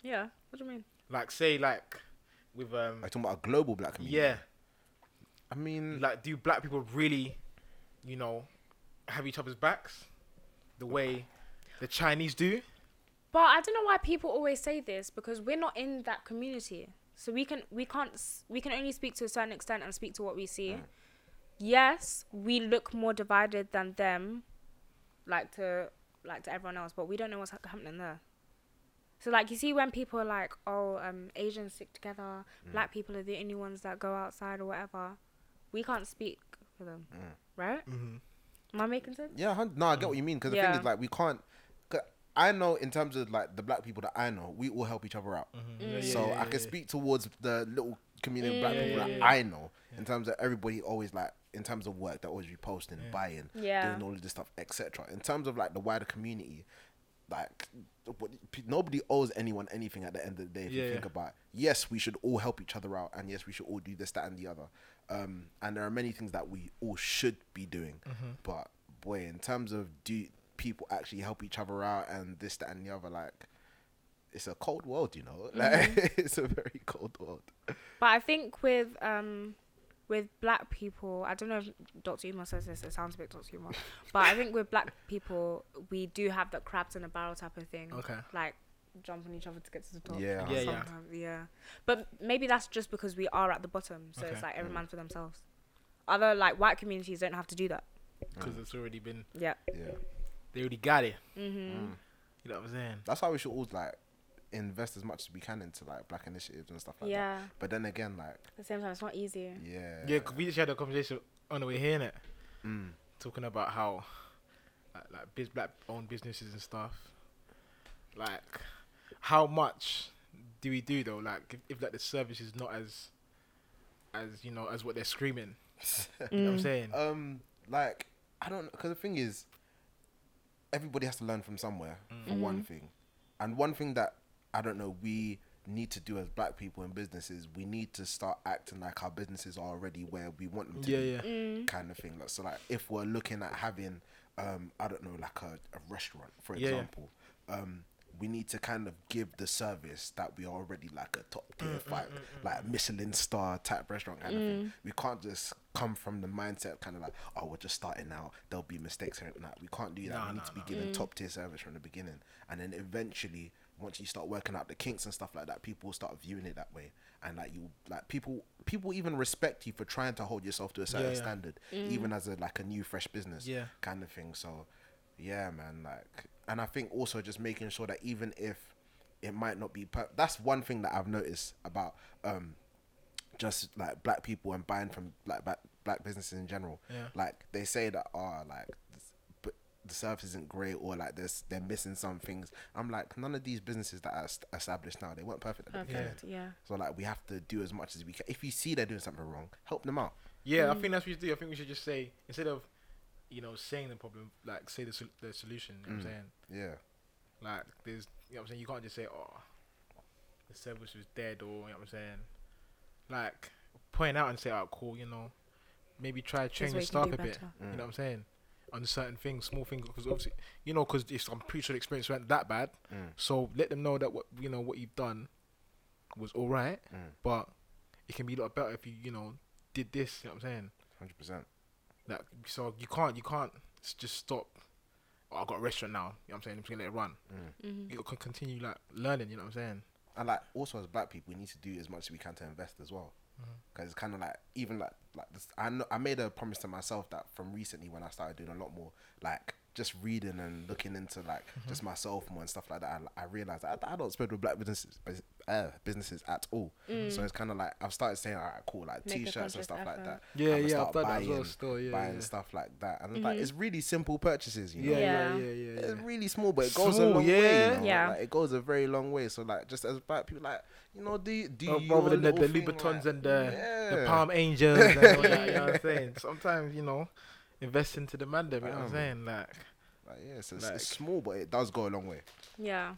Speaker 2: Yeah. What do you mean?
Speaker 1: like say like with um
Speaker 3: I'm talking about a global black community.
Speaker 1: yeah
Speaker 3: I mean,
Speaker 1: like do black people really, you know, have each other's backs, the way the Chinese do?
Speaker 2: But I don't know why people always say this because we're not in that community, so we can we can't s- we can only speak to a certain extent and speak to what we see. Yes, we look more divided than them, like to like to everyone else, but we don't know what's hap- happening there. So like you see when people are like, oh, um, Asians stick together, black people are the only ones that go outside or whatever. We can't speak for them, right? Mm-hmm. Am I making sense?
Speaker 3: Yeah, hun- no, I get what you mean. Because the
Speaker 2: Yeah.
Speaker 3: thing is, like, we can't. 'cause I know in terms of like the black people that I know, we all help each other out.
Speaker 1: Mm-hmm.
Speaker 2: Mm-hmm.
Speaker 3: so I can speak towards the little community of black people that I know in terms of everybody always like in terms of work they're always reposting, buying,
Speaker 2: Yeah.
Speaker 3: doing all of this stuff, etc. In terms of like the wider community, like what- p- nobody owes anyone anything at the end of the day if you
Speaker 1: Yeah.
Speaker 3: think about it. yes we should all help each other out and yes we should all do this that and the other um and there are many things that we all should be doing
Speaker 1: Mm-hmm.
Speaker 3: but boy in terms of do people actually help each other out and this that and the other like it's a cold world you know [LAUGHS] like
Speaker 1: Mm-hmm.
Speaker 3: it's a very cold world
Speaker 2: But I think with um with black people, I don't know if Dr. Umar says this, it sounds a bit Dr. Umar. but I think with black people we do have that crabs in a barrel type of thing.
Speaker 1: Okay.
Speaker 2: Like jump on each other to get to the top.
Speaker 3: Yeah.
Speaker 1: Yeah, yeah.
Speaker 2: sometimes, yeah. But maybe that's just because we are at the bottom, so
Speaker 1: Okay.
Speaker 2: it's like every man for themselves. Other like white communities don't have to do that.
Speaker 1: Because it's already been
Speaker 2: Yeah.
Speaker 3: yeah
Speaker 1: they already got it. Mm-hmm. You know what I'm saying?
Speaker 3: that's why we should always like invest as much as we can into like black initiatives and stuff like that
Speaker 2: Yeah.
Speaker 3: but then again like
Speaker 2: Mm. At the same time it's not easy.
Speaker 3: yeah
Speaker 1: Yeah, 'cause we just had a conversation on the way here, innit? Talking about how, like, like biz, black owned businesses and stuff. Like, how much do we do though? Like, if, if like the service is not as, as you know, as what they're screaming. [LAUGHS] You know what I'm saying?
Speaker 3: um like i don't because the thing is everybody has to learn from somewhere for one thing and one thing that i don't know we need to do as black people in businesses we need to start acting like our businesses are already where we want them to
Speaker 1: Yeah,
Speaker 3: be
Speaker 1: yeah.
Speaker 3: kind of thing like, so like if we're looking at having um i don't know like a, a restaurant for
Speaker 1: Yeah, yeah.
Speaker 3: example um we need to kind of give the service that we are already like a top
Speaker 1: Mm,
Speaker 3: tier five, like Michelin star type restaurant kind of thing. We can't just come from the mindset kind of like, oh, we're just starting out. There'll be mistakes here and that. We can't do that. we need to be giving top tier service from the beginning, and then eventually, once you start working out the kinks and stuff like that, people will start viewing it that way, and like you, like people, people even respect you for trying to hold yourself to a certain
Speaker 1: yeah. Mm.
Speaker 3: standard, even as a like a new fresh business
Speaker 1: Yeah.
Speaker 3: kind of thing. So, yeah, man. Like, and I think also just making sure that even if it might not be, per- that's one thing that I've noticed about um, just like black people and buying from like black, black businesses in general.
Speaker 1: Yeah.
Speaker 3: Like they say that are like. this- but The service isn't great, or like this, they're missing some things. I'm like, none of these businesses that are est- established now, they weren't perfect at the beginning.
Speaker 2: Perfect. Yeah.
Speaker 3: So like, we have to do as much as we can. If you see they're doing something wrong, help them out.
Speaker 1: Yeah, I think that's what we should do. I think we should just say instead of, you know, saying the problem, like say the sol- the solution. You know what I'm saying?
Speaker 3: Yeah.
Speaker 1: Like there's, you know what I'm saying? You can't just say, oh, the service was dead or, you know what I'm saying? Like, point out and say, oh, cool, you know, maybe try to train
Speaker 2: what
Speaker 1: your
Speaker 2: you can
Speaker 1: staff
Speaker 2: do
Speaker 1: a bit.
Speaker 2: better.
Speaker 1: You know what I'm saying? on certain things, small things, because obviously you know, because if I'm pretty sure the experience weren't that bad, so let them know that what you know what you've done was all right, but it can be a lot better if you you know did this. You know what I'm saying?
Speaker 3: Hundred percent.
Speaker 1: That so you can't you can't s- just stop. Oh, I got a restaurant now. You know what I'm saying? I'm just gonna let it run.
Speaker 2: Mm.
Speaker 1: You can continue like learning. You know what I'm saying?
Speaker 3: And like also as black people, we need to do as much as we can to invest as well.
Speaker 1: Mm-hmm.
Speaker 3: Because it's kind of like even like like this, I know, I made a promise to myself that from recently when I started doing a lot more like just reading and looking into like
Speaker 1: Mm-hmm.
Speaker 3: just myself more and stuff like that, I, I realized that I, I don't spread with black businesses bus- uh, businesses at all. So it's kind of like I've started saying, alright, cool, like
Speaker 2: Mm. Make a
Speaker 3: t-shirts and
Speaker 2: conscious
Speaker 3: stuff like
Speaker 2: effort.
Speaker 3: that.
Speaker 1: Yeah,
Speaker 3: I'ma
Speaker 1: yeah,
Speaker 3: start
Speaker 1: I've done that as well still, yeah,
Speaker 3: buying
Speaker 1: yeah.
Speaker 3: stuff like that, and
Speaker 2: Mm-hmm.
Speaker 3: like it's really simple purchases, you know. Um,
Speaker 1: Yeah, yeah,
Speaker 2: Yeah.
Speaker 1: yeah, yeah. yeah,
Speaker 3: It's really small, but it goes
Speaker 1: Small,
Speaker 3: a long way.
Speaker 1: yeah.
Speaker 3: You know?
Speaker 2: Yeah.
Speaker 3: like, it goes a very long way. So like, just as black people, like you know, do do
Speaker 1: Oh,
Speaker 3: you
Speaker 1: rather than the, the Louboutins
Speaker 3: Louboutins
Speaker 1: and the, the
Speaker 3: Yeah.
Speaker 1: Palm Angels and all that, you know what
Speaker 3: [LAUGHS]
Speaker 1: I'm saying? Sometimes, you know, invest into the man, them, you know what I'm
Speaker 3: Um,
Speaker 1: saying? Like,
Speaker 3: Like, yeah, so it's,
Speaker 1: Like-
Speaker 3: it's small, but it does go a long way.
Speaker 2: Yeah.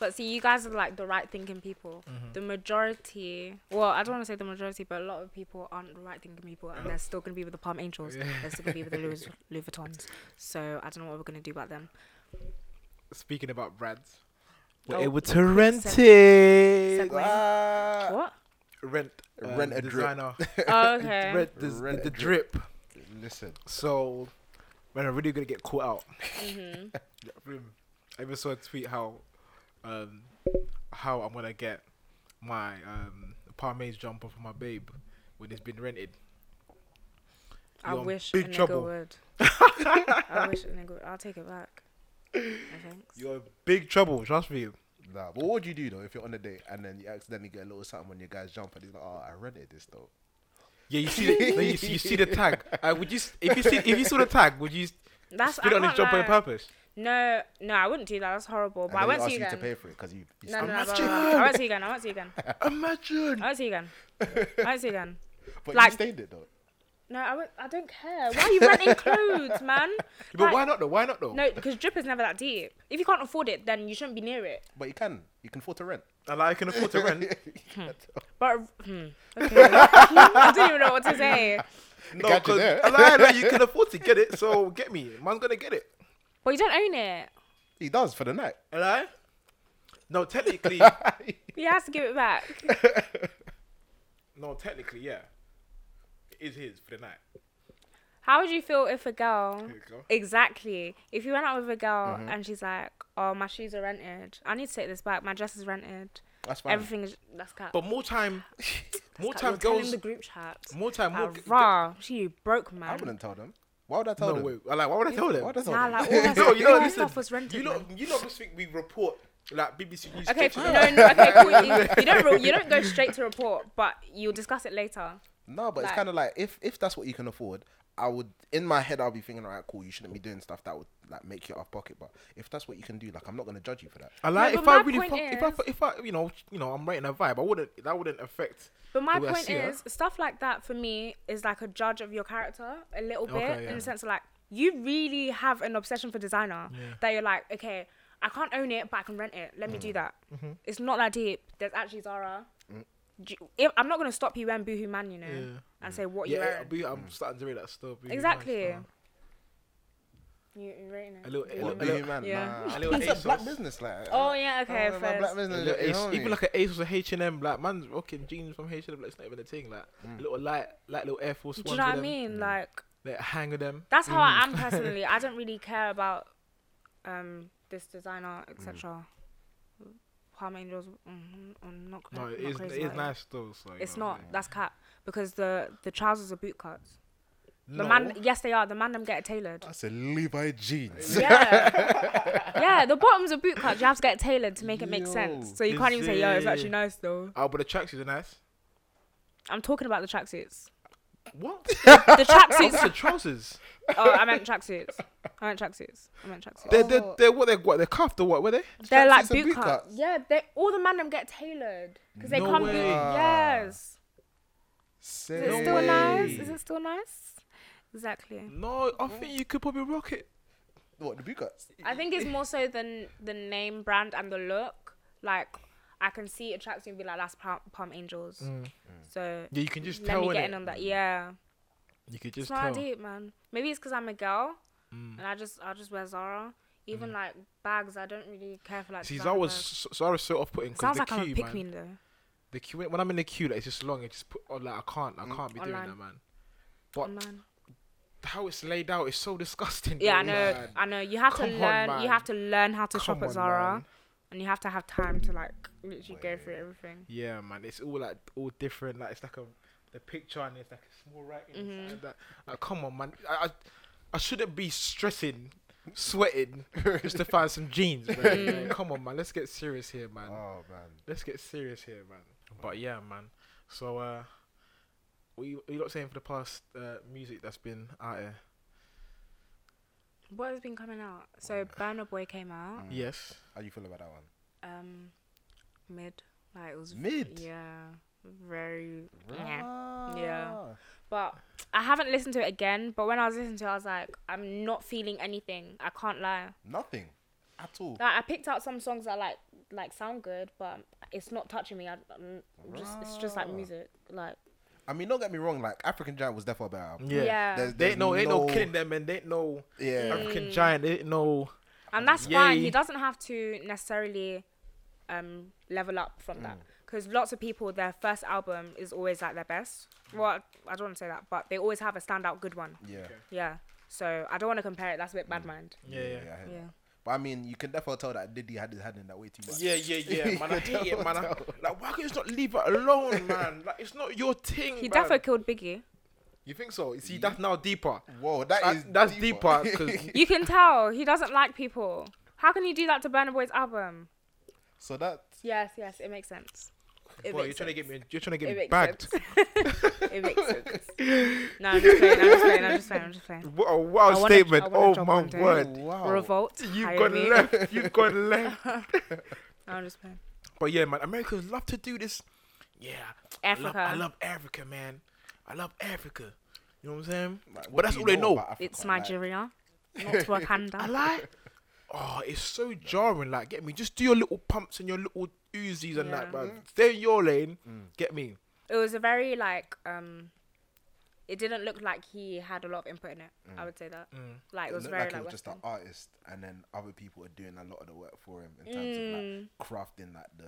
Speaker 2: But see, you guys are like the right thinking people.
Speaker 3: Mm-hmm.
Speaker 2: The majority, well, I don't want to say the majority, but a lot of people aren't the right thinking people, and they're still going to be with the Palm Angels. They're still going to be with the
Speaker 3: [LAUGHS]
Speaker 2: Louis, Louis Vuittons. So I don't know what we're going to do about them.
Speaker 1: speaking about brands,
Speaker 2: we're
Speaker 1: we're
Speaker 2: Oh,
Speaker 1: able
Speaker 2: able
Speaker 1: to rent
Speaker 2: seg-
Speaker 1: it.
Speaker 2: Segway.
Speaker 3: Ah, [LAUGHS]
Speaker 2: What?
Speaker 1: Rent, um,
Speaker 3: Rent a drip.
Speaker 1: designer.
Speaker 2: Oh, okay.
Speaker 1: Rent, des-
Speaker 3: Rent
Speaker 1: the
Speaker 3: a
Speaker 1: drip.
Speaker 3: listen,
Speaker 1: So, man, I'm really going to get caught out.
Speaker 2: Mm-hmm.
Speaker 1: Boom. [LAUGHS] I even saw a tweet how, um, how I'm going to get my um, Palm Angel jumper for my babe when it's been rented.
Speaker 2: I
Speaker 1: You're in
Speaker 2: wish
Speaker 1: big
Speaker 2: a nigga
Speaker 1: trouble.
Speaker 3: [LAUGHS]
Speaker 2: would. I wish a nigga would. I'll take it back. No thanks.
Speaker 1: You're in big trouble, trust me.
Speaker 3: nah. But what would you do though if you're on a date and then you accidentally get a little something when your guys jump and he's like, oh, I rented this though.
Speaker 1: Yeah, you see, the,
Speaker 2: [LAUGHS]
Speaker 1: no, you, see you see the tag. Uh, would you, s- if you see, if you saw the tag, would you s-
Speaker 2: That's-
Speaker 1: spit
Speaker 2: I
Speaker 1: on his
Speaker 2: can't
Speaker 1: jumper on
Speaker 2: lie.
Speaker 1: purpose?
Speaker 2: No, no, I wouldn't do that. That's horrible. But
Speaker 3: And
Speaker 2: I
Speaker 3: then
Speaker 2: won't
Speaker 3: he
Speaker 2: see
Speaker 3: asks
Speaker 2: you
Speaker 3: you to
Speaker 2: again.
Speaker 3: pay for it because you. you
Speaker 2: No, no, no, no,
Speaker 1: Imagine.
Speaker 2: no, no. I won't see you again. I won't see you again.
Speaker 1: Imagine.
Speaker 2: I won't see you again. I won't see you again.
Speaker 3: [LAUGHS] But
Speaker 2: like-
Speaker 3: you stained it though.
Speaker 2: No, I, won't, I don't care. Why are
Speaker 1: [LAUGHS]
Speaker 2: you renting clothes, man?
Speaker 1: But
Speaker 2: Like-
Speaker 1: why not though? Why not though?
Speaker 2: No, because drip is never that deep. If you can't afford it, then you shouldn't be near it.
Speaker 3: But you can. You can afford to rent.
Speaker 1: And I can afford to
Speaker 3: [LAUGHS]
Speaker 1: rent.
Speaker 2: But hmm, okay, [LAUGHS] I don't even know what to say.
Speaker 1: [LAUGHS] no,
Speaker 3: got you [LAUGHS]
Speaker 1: [LAUGHS] because
Speaker 3: there.
Speaker 1: you can afford to get it. So get me. Man's gonna get it.
Speaker 2: But you don't own it.
Speaker 3: He does for the night.
Speaker 1: And I. No,
Speaker 2: [LAUGHS]
Speaker 1: technically,
Speaker 2: He has to give it back.
Speaker 1: no, technically, yeah. It is his for the night.
Speaker 2: How would you feel if a girl?
Speaker 1: There you go. Mm-hmm.
Speaker 2: Exactly. If you went out with a girl and she's like, "Oh, my shoes are rented. I need to take this back. My dress is rented.
Speaker 3: That's fine.
Speaker 2: Everything is that's cat."
Speaker 1: But more
Speaker 2: [LAUGHS]
Speaker 1: time, more
Speaker 2: Cat,
Speaker 1: time
Speaker 2: you're telling
Speaker 1: goes.
Speaker 2: the group chat.
Speaker 1: More time, more.
Speaker 2: Like,
Speaker 1: g-
Speaker 2: rah, she you broke man.
Speaker 3: I wouldn't tell them. Why would I tell
Speaker 1: no,
Speaker 3: them?
Speaker 1: wait. I Like, why would I tell them?
Speaker 3: Why would I tell
Speaker 2: Nah,
Speaker 3: them?
Speaker 2: like all
Speaker 1: [LAUGHS]
Speaker 2: her,
Speaker 1: No, you know,
Speaker 2: all her
Speaker 1: listen.
Speaker 2: stuff was rented.
Speaker 1: you
Speaker 2: man.
Speaker 1: know, you know, this thing we report like BBC News.
Speaker 2: Okay,
Speaker 1: sketches.
Speaker 2: no, no,
Speaker 1: [LAUGHS]
Speaker 2: okay, cool. You, you don't re- you don't go straight to report, but you'll discuss it later.
Speaker 3: No, but it's
Speaker 2: Like-
Speaker 3: kind of like if if that's what you can afford, I would in my head I'll be thinking, alright, cool, you shouldn't be doing stuff that would like make you out of pocket. But if that's what you can do, like I'm not gonna judge you for that.
Speaker 1: I like
Speaker 2: but
Speaker 1: if I
Speaker 2: my
Speaker 1: really
Speaker 2: point
Speaker 1: fuck, if I fu- if I you know you know I'm rating a vibe. I wouldn't that wouldn't affect.
Speaker 2: But my
Speaker 1: the way I
Speaker 2: point
Speaker 1: see her.
Speaker 2: is, stuff like that for me is like a judge of your character a little bit
Speaker 1: Okay, yeah.
Speaker 2: in the sense of like you really have an obsession for designer that you're like, okay, I can't own it, but I can rent it. Let
Speaker 1: Mm-hmm.
Speaker 2: me do that. It's not that deep. There's actually Zara. Do you- if, I'm not gonna stop you wearing Boohoo Man, you know, and say what
Speaker 1: Mm. yeah,
Speaker 2: you're
Speaker 1: I'll
Speaker 2: wearing.
Speaker 1: be, I'm starting to rate that stuff. really nice
Speaker 2: exactly.
Speaker 1: stuff.
Speaker 2: You, you're rating it.
Speaker 1: A little, a
Speaker 3: What
Speaker 1: little,
Speaker 3: do
Speaker 1: a
Speaker 3: you
Speaker 1: little,
Speaker 3: man?
Speaker 2: yeah.
Speaker 1: a
Speaker 3: Nah.
Speaker 1: little
Speaker 3: It's a black
Speaker 1: ASOS.
Speaker 3: business, like.
Speaker 2: Oh yeah, okay,
Speaker 3: man,
Speaker 2: first.
Speaker 3: black business.
Speaker 1: a little
Speaker 3: you
Speaker 1: Ace-
Speaker 3: know
Speaker 1: even
Speaker 3: me?
Speaker 1: like an Ace or H and M, like man's rocking jeans from H and M. Like, it's not even a thing. Like little light, light little Air Force
Speaker 2: Do
Speaker 1: ones. Mm.
Speaker 2: you know
Speaker 1: with
Speaker 2: what I
Speaker 1: them,
Speaker 2: mean? Like
Speaker 1: Like hang with them.
Speaker 2: that's how I am personally. I don't really care about um this designer,
Speaker 1: Mm.
Speaker 2: etc. Palm Angels, mm, I'm not.
Speaker 1: No,
Speaker 2: not
Speaker 1: it is, it
Speaker 2: crazy
Speaker 1: is
Speaker 2: about
Speaker 1: nice though. So you
Speaker 2: It's
Speaker 1: know what I
Speaker 2: not. That's cat because the the trousers are boot cuts. The
Speaker 1: mean?
Speaker 2: man, yes, they are. The man them get it tailored.
Speaker 3: That's a Levi jeans.
Speaker 2: Yeah,
Speaker 1: [LAUGHS]
Speaker 2: yeah. The bottoms are boot cuts. You have to get it tailored to make it make sense. So you
Speaker 1: Is
Speaker 2: can't even say, "Yo, it's
Speaker 1: it-
Speaker 2: actually nice though."
Speaker 1: Oh, but the tracksuits are nice.
Speaker 2: I'm talking about the tracksuits. [LAUGHS]
Speaker 1: What?
Speaker 2: The
Speaker 1: the [LAUGHS]
Speaker 2: tracksuits.
Speaker 1: trousers?
Speaker 2: oh, I meant tracksuits. I meant tracksuits. I meant tracksuits.
Speaker 1: They're, they're, they're what? They're what? They're cuffed or what? Were they?
Speaker 2: They're
Speaker 3: Tracksuits
Speaker 2: like
Speaker 3: and
Speaker 2: boot,
Speaker 3: boot
Speaker 2: cuts.
Speaker 3: cuts?
Speaker 2: Yeah, they all the man them get tailored because they
Speaker 1: No
Speaker 2: come
Speaker 1: way.
Speaker 2: boot. Yes. Is it
Speaker 3: Say
Speaker 2: still nice? Is it still nice? Exactly.
Speaker 1: No, I think you could probably rock it.
Speaker 3: what the boot cuts?
Speaker 2: I think it's more so than the name brand and the look. Like I can see it attracts me and be like, that's Palm, Palm Angels. So
Speaker 1: Yeah, you can just
Speaker 2: let
Speaker 1: tell.
Speaker 2: me
Speaker 1: innit?
Speaker 2: get in on that. Yeah,
Speaker 1: You could
Speaker 2: it's
Speaker 1: just
Speaker 2: not
Speaker 1: tell. Mm.
Speaker 2: that deep, man. Maybe it's because I'm a girl and I just I just wear Zara. Even like bags, I don't really care for like.
Speaker 1: See,
Speaker 2: designer
Speaker 1: Zara was
Speaker 2: bags.
Speaker 1: so- Zara was so off putting because
Speaker 2: sounds
Speaker 1: the
Speaker 2: like I'm
Speaker 1: queue,
Speaker 2: a pick
Speaker 1: man.
Speaker 2: me though.
Speaker 1: The queue when I'm in the queue, like it's just long. It just put on like I can't, I can't be doing
Speaker 2: Mm. Online.
Speaker 1: that, man. But
Speaker 2: Man.
Speaker 1: how it's laid out is so [LAUGHS] disgusting.
Speaker 2: Yeah, I
Speaker 1: bro,
Speaker 2: know.
Speaker 1: man.
Speaker 2: I know. You have
Speaker 1: Come
Speaker 2: to
Speaker 1: on,
Speaker 2: learn.
Speaker 1: man.
Speaker 2: you have to learn how to shop
Speaker 1: Come
Speaker 2: at
Speaker 1: on,
Speaker 2: Zara,
Speaker 1: man.
Speaker 2: and you have to have time to like literally go through everything.
Speaker 1: Yeah, man, it's all like all different. Like it's like a the picture and it's like a small writing.
Speaker 2: Mm-hmm.
Speaker 1: inside Like, that. Like, come on, man. I, I I shouldn't be stressing, sweating [LAUGHS] just to find some jeans. bro.
Speaker 2: Mm.
Speaker 1: Come on, man. Let's get serious here, man.
Speaker 3: Oh man.
Speaker 1: Let's get serious here, man. But yeah, man. So uh, we we not saying for the past uh, music that's been out here.
Speaker 2: What has been coming out? So Burner Boy came out.
Speaker 1: Yes.
Speaker 3: How you feel about that one?
Speaker 2: Um, mid. Like it was
Speaker 3: Mid?
Speaker 2: Yeah, very. Yeah. Yeah.
Speaker 3: Ah,
Speaker 2: But I haven't listened to it again. But when I was listening to it, I was like, I'm not feeling anything. I can't lie.
Speaker 3: Nothing. At all.
Speaker 2: Like I picked out some songs that like like sound good, but it's not touching me. I, I'm just it's just like music. Like
Speaker 3: I mean, don't get me wrong. Like African Giant was definitely a better album.
Speaker 1: Yeah.
Speaker 2: yeah.
Speaker 3: There's-
Speaker 1: They ain't no, they ain't no
Speaker 3: no-
Speaker 1: kidding them, and they ain't no
Speaker 3: Yeah.
Speaker 1: African giant. They ain't no.
Speaker 2: and that's fine.
Speaker 1: Yay.
Speaker 2: He doesn't have to necessarily um, level up from
Speaker 1: Mm.
Speaker 2: that because lots of people, their first album is always like their best. Well, I don't want to say that, but they always have a standout good one.
Speaker 3: Yeah.
Speaker 2: Yeah. So I don't want to compare it. That's a bit bad mind.
Speaker 1: Yeah, Mm. yeah.
Speaker 3: I heard
Speaker 2: Yeah.
Speaker 3: that. But I mean, you can definitely tell that Diddy had his hand in that way too much.
Speaker 1: Yeah, yeah,
Speaker 3: [LAUGHS]
Speaker 1: yeah, man. I hate it, man. I, like, why can you just not leave it alone, [LAUGHS] man? Like, it's not your thing.
Speaker 2: He
Speaker 1: man.
Speaker 2: definitely killed Biggie.
Speaker 1: You think so? You See, that's now deeper.
Speaker 3: Whoa, that
Speaker 1: That-
Speaker 3: is
Speaker 1: that's deeper
Speaker 3: [LAUGHS]
Speaker 1: because
Speaker 2: You can tell he doesn't like people. How can you do that to Burna Boy's album?
Speaker 1: [LAUGHS]
Speaker 3: so that
Speaker 2: Yes, yes, it makes sense. It
Speaker 1: boy, you're
Speaker 2: makes
Speaker 1: trying to
Speaker 2: sense.
Speaker 1: get me. You're trying to get
Speaker 2: It
Speaker 1: me
Speaker 2: makes
Speaker 1: bagged.
Speaker 2: sense. [LAUGHS] it makes sense.
Speaker 1: [LAUGHS]
Speaker 2: No, I'm just playing. I'm just playing. I'm just playing. I'm just playing.
Speaker 1: What a wild
Speaker 2: I wanna-
Speaker 1: statement!
Speaker 2: I wanna
Speaker 1: Oh
Speaker 2: jump
Speaker 1: my
Speaker 2: on that.
Speaker 1: word!
Speaker 3: wow.
Speaker 2: Revolt.
Speaker 1: You've
Speaker 2: hire
Speaker 1: got
Speaker 2: me.
Speaker 1: left.
Speaker 2: [LAUGHS]
Speaker 1: You've got left.
Speaker 2: No, I'm just playing.
Speaker 1: But yeah, man, Americans love to do this. Yeah,
Speaker 2: Africa.
Speaker 1: I love, I love Africa, man. I love Africa. You know what I'm saying?
Speaker 3: Like,
Speaker 1: but
Speaker 3: what
Speaker 1: that's
Speaker 3: do
Speaker 1: all
Speaker 3: you
Speaker 1: they know.
Speaker 3: about Africa?
Speaker 2: It's
Speaker 3: Like, [LAUGHS]
Speaker 2: Nigeria, not Wakanda.
Speaker 1: I lie. Oh, it's so jarring. Like, get me. Just do your little pumps and your little oozies and
Speaker 2: Yeah.
Speaker 1: that, bro. Stay in your lane. Get me.
Speaker 2: It was a very like um, it didn't look like he had a lot of input in it. I would say that. Like it
Speaker 3: it
Speaker 2: was
Speaker 3: looked
Speaker 2: very
Speaker 3: Mm. like
Speaker 2: like,
Speaker 3: it was just an
Speaker 2: Western.
Speaker 3: artist, and then other people are doing a lot of the work for him in terms
Speaker 2: Mm.
Speaker 3: of like crafting like the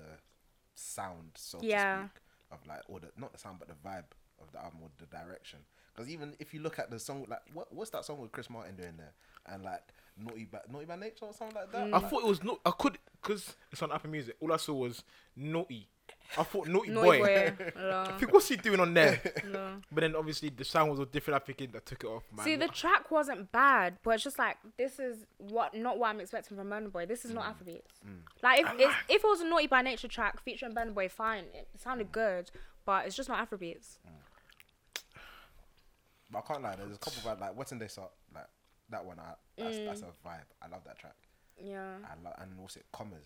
Speaker 3: sound, so
Speaker 2: Yeah.
Speaker 3: to speak, of like or the not the sound but the vibe of the album or the direction. Because even if you look at the song, like what, what's that song with Chris Martin doing there, and like Naughty by Naughty by Nature or something like that.
Speaker 2: Mm.
Speaker 1: I thought it was no. I could because it's on Apple Music. All I saw was naughty. I thought naughty,
Speaker 2: Naughty
Speaker 1: boy.
Speaker 2: boy.
Speaker 1: [LAUGHS] I
Speaker 3: [LAUGHS]
Speaker 2: la,
Speaker 1: think what's he doing on
Speaker 2: [LAUGHS]
Speaker 1: there?
Speaker 2: la.
Speaker 1: but then obviously the sound was all different. I think that took it off, man.
Speaker 2: See, the
Speaker 1: What-
Speaker 2: track wasn't bad, but it's just like this is what not what I'm expecting from Burna Boy. This is
Speaker 3: Mm.
Speaker 2: not Afrobeats. Like if it's,
Speaker 3: Ah.
Speaker 2: if it was a Naughty by Nature track featuring Burna Boy, fine, it
Speaker 3: Mm.
Speaker 2: sounded good, but it's just not Afrobeats.
Speaker 3: But I can't lie, there's a couple of like what's in this up like that one. I, that's,
Speaker 2: Mm.
Speaker 3: that's a vibe. I love that track.
Speaker 2: Yeah,
Speaker 3: I love and what's it commas.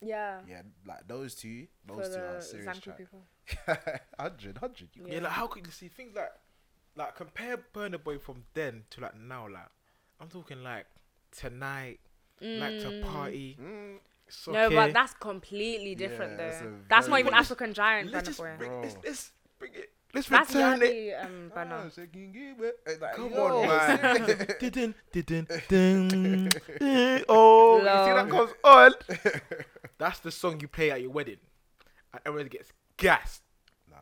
Speaker 2: yeah.
Speaker 3: Ah. Yeah, like those two,
Speaker 2: For
Speaker 3: those two are
Speaker 2: the
Speaker 3: serious
Speaker 2: Zamku
Speaker 3: track. [LAUGHS]
Speaker 2: people.
Speaker 3: 100, 100. You
Speaker 1: yeah. like how could you see things like like compare Burner Boy from then to like now? Like I'm talking like tonight, like to party. It's
Speaker 2: Mm. No,
Speaker 1: okay.
Speaker 2: but that's completely different
Speaker 3: Yeah, it's
Speaker 2: though.
Speaker 3: a
Speaker 2: That's not
Speaker 3: very-
Speaker 2: even
Speaker 1: Let's-
Speaker 2: African giant
Speaker 1: Let's
Speaker 2: Burna
Speaker 1: just
Speaker 2: Boy.
Speaker 1: bring, let's,
Speaker 3: Bro.
Speaker 1: let's bring it. Let's
Speaker 2: That's
Speaker 1: return it.
Speaker 2: Yadi um, Burna.
Speaker 3: so you can give it- it's like,
Speaker 1: Come [LAUGHS]
Speaker 3: yo,
Speaker 1: on,
Speaker 2: [LAUGHS]
Speaker 1: man.
Speaker 3: seriously.
Speaker 1: Didn't, [LAUGHS] didn't, didn't. Oh, you see that goes on. [LAUGHS] That's the song you play at your wedding, and everyone gets gassed.
Speaker 3: nah.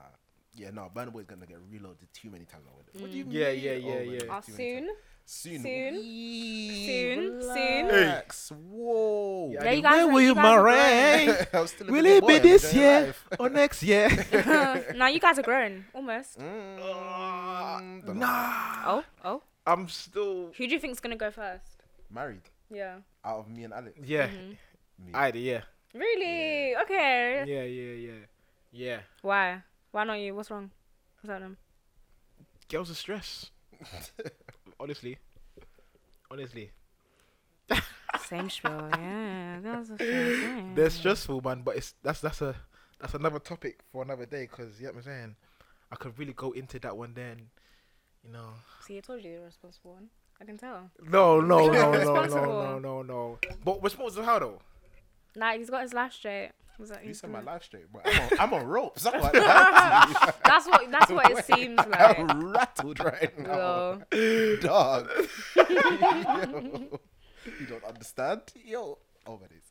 Speaker 3: Yeah, no, Burner Boy's gonna get reloaded too many times. Over there. What do you
Speaker 1: Yeah,
Speaker 3: mean?
Speaker 1: yeah, yeah,
Speaker 3: man,
Speaker 1: yeah.
Speaker 3: too
Speaker 2: Mm. Ah,
Speaker 3: many
Speaker 2: soon,
Speaker 3: times. Soon.
Speaker 2: Soon.
Speaker 3: Wee,
Speaker 2: Soon, soon.
Speaker 3: Relax. Whoa. [LAUGHS]
Speaker 2: Yeah, you guys
Speaker 1: Where
Speaker 2: are-
Speaker 1: will
Speaker 2: you
Speaker 1: you
Speaker 2: guys are
Speaker 1: marry?
Speaker 3: I'm still a
Speaker 1: Will
Speaker 3: bit
Speaker 1: it
Speaker 3: boy,
Speaker 1: be
Speaker 3: I'm
Speaker 1: this
Speaker 3: enjoying
Speaker 1: year
Speaker 3: life.
Speaker 1: or next [LAUGHS] year?
Speaker 2: [LAUGHS] now you guys are grown almost.
Speaker 3: Mm, dunno.
Speaker 2: Oh, oh.
Speaker 1: Uh, I'm still.
Speaker 2: Who do you think's gonna go first?
Speaker 3: Married.
Speaker 2: Yeah.
Speaker 3: Out of me and Alex.
Speaker 1: Yeah.
Speaker 2: Mm-hmm.
Speaker 3: Me. [LAUGHS]
Speaker 1: Either, yeah.
Speaker 2: Really? Okay.
Speaker 1: Yeah, yeah, yeah. Yeah.
Speaker 2: Why? Why not you? What's wrong? What's that them?
Speaker 1: Girls are stress. Honestly. Honestly.
Speaker 2: Same show, [LAUGHS] yeah. Girls are
Speaker 1: They're stressful, man. But it's that's that's a that's another topic for another day. Cause you know what I'm saying, I could really go into that one then. You know,
Speaker 2: See, I told you they were responsible one. I can tell.
Speaker 1: no, no, no, no, no,
Speaker 2: Responsible.
Speaker 1: no, no, no. But responsible how though?
Speaker 2: Like he's got his lash straight. Was that
Speaker 3: You
Speaker 2: you?
Speaker 3: said my life straight, but I'm on, I'm on
Speaker 2: [LAUGHS]
Speaker 3: ropes. I'm, like, I'm
Speaker 2: That's what that's what it seems like.
Speaker 3: rattled right now.
Speaker 2: Yo.
Speaker 3: Dog. [LAUGHS] Yo. You don't understand? Yo. Oh, Over this.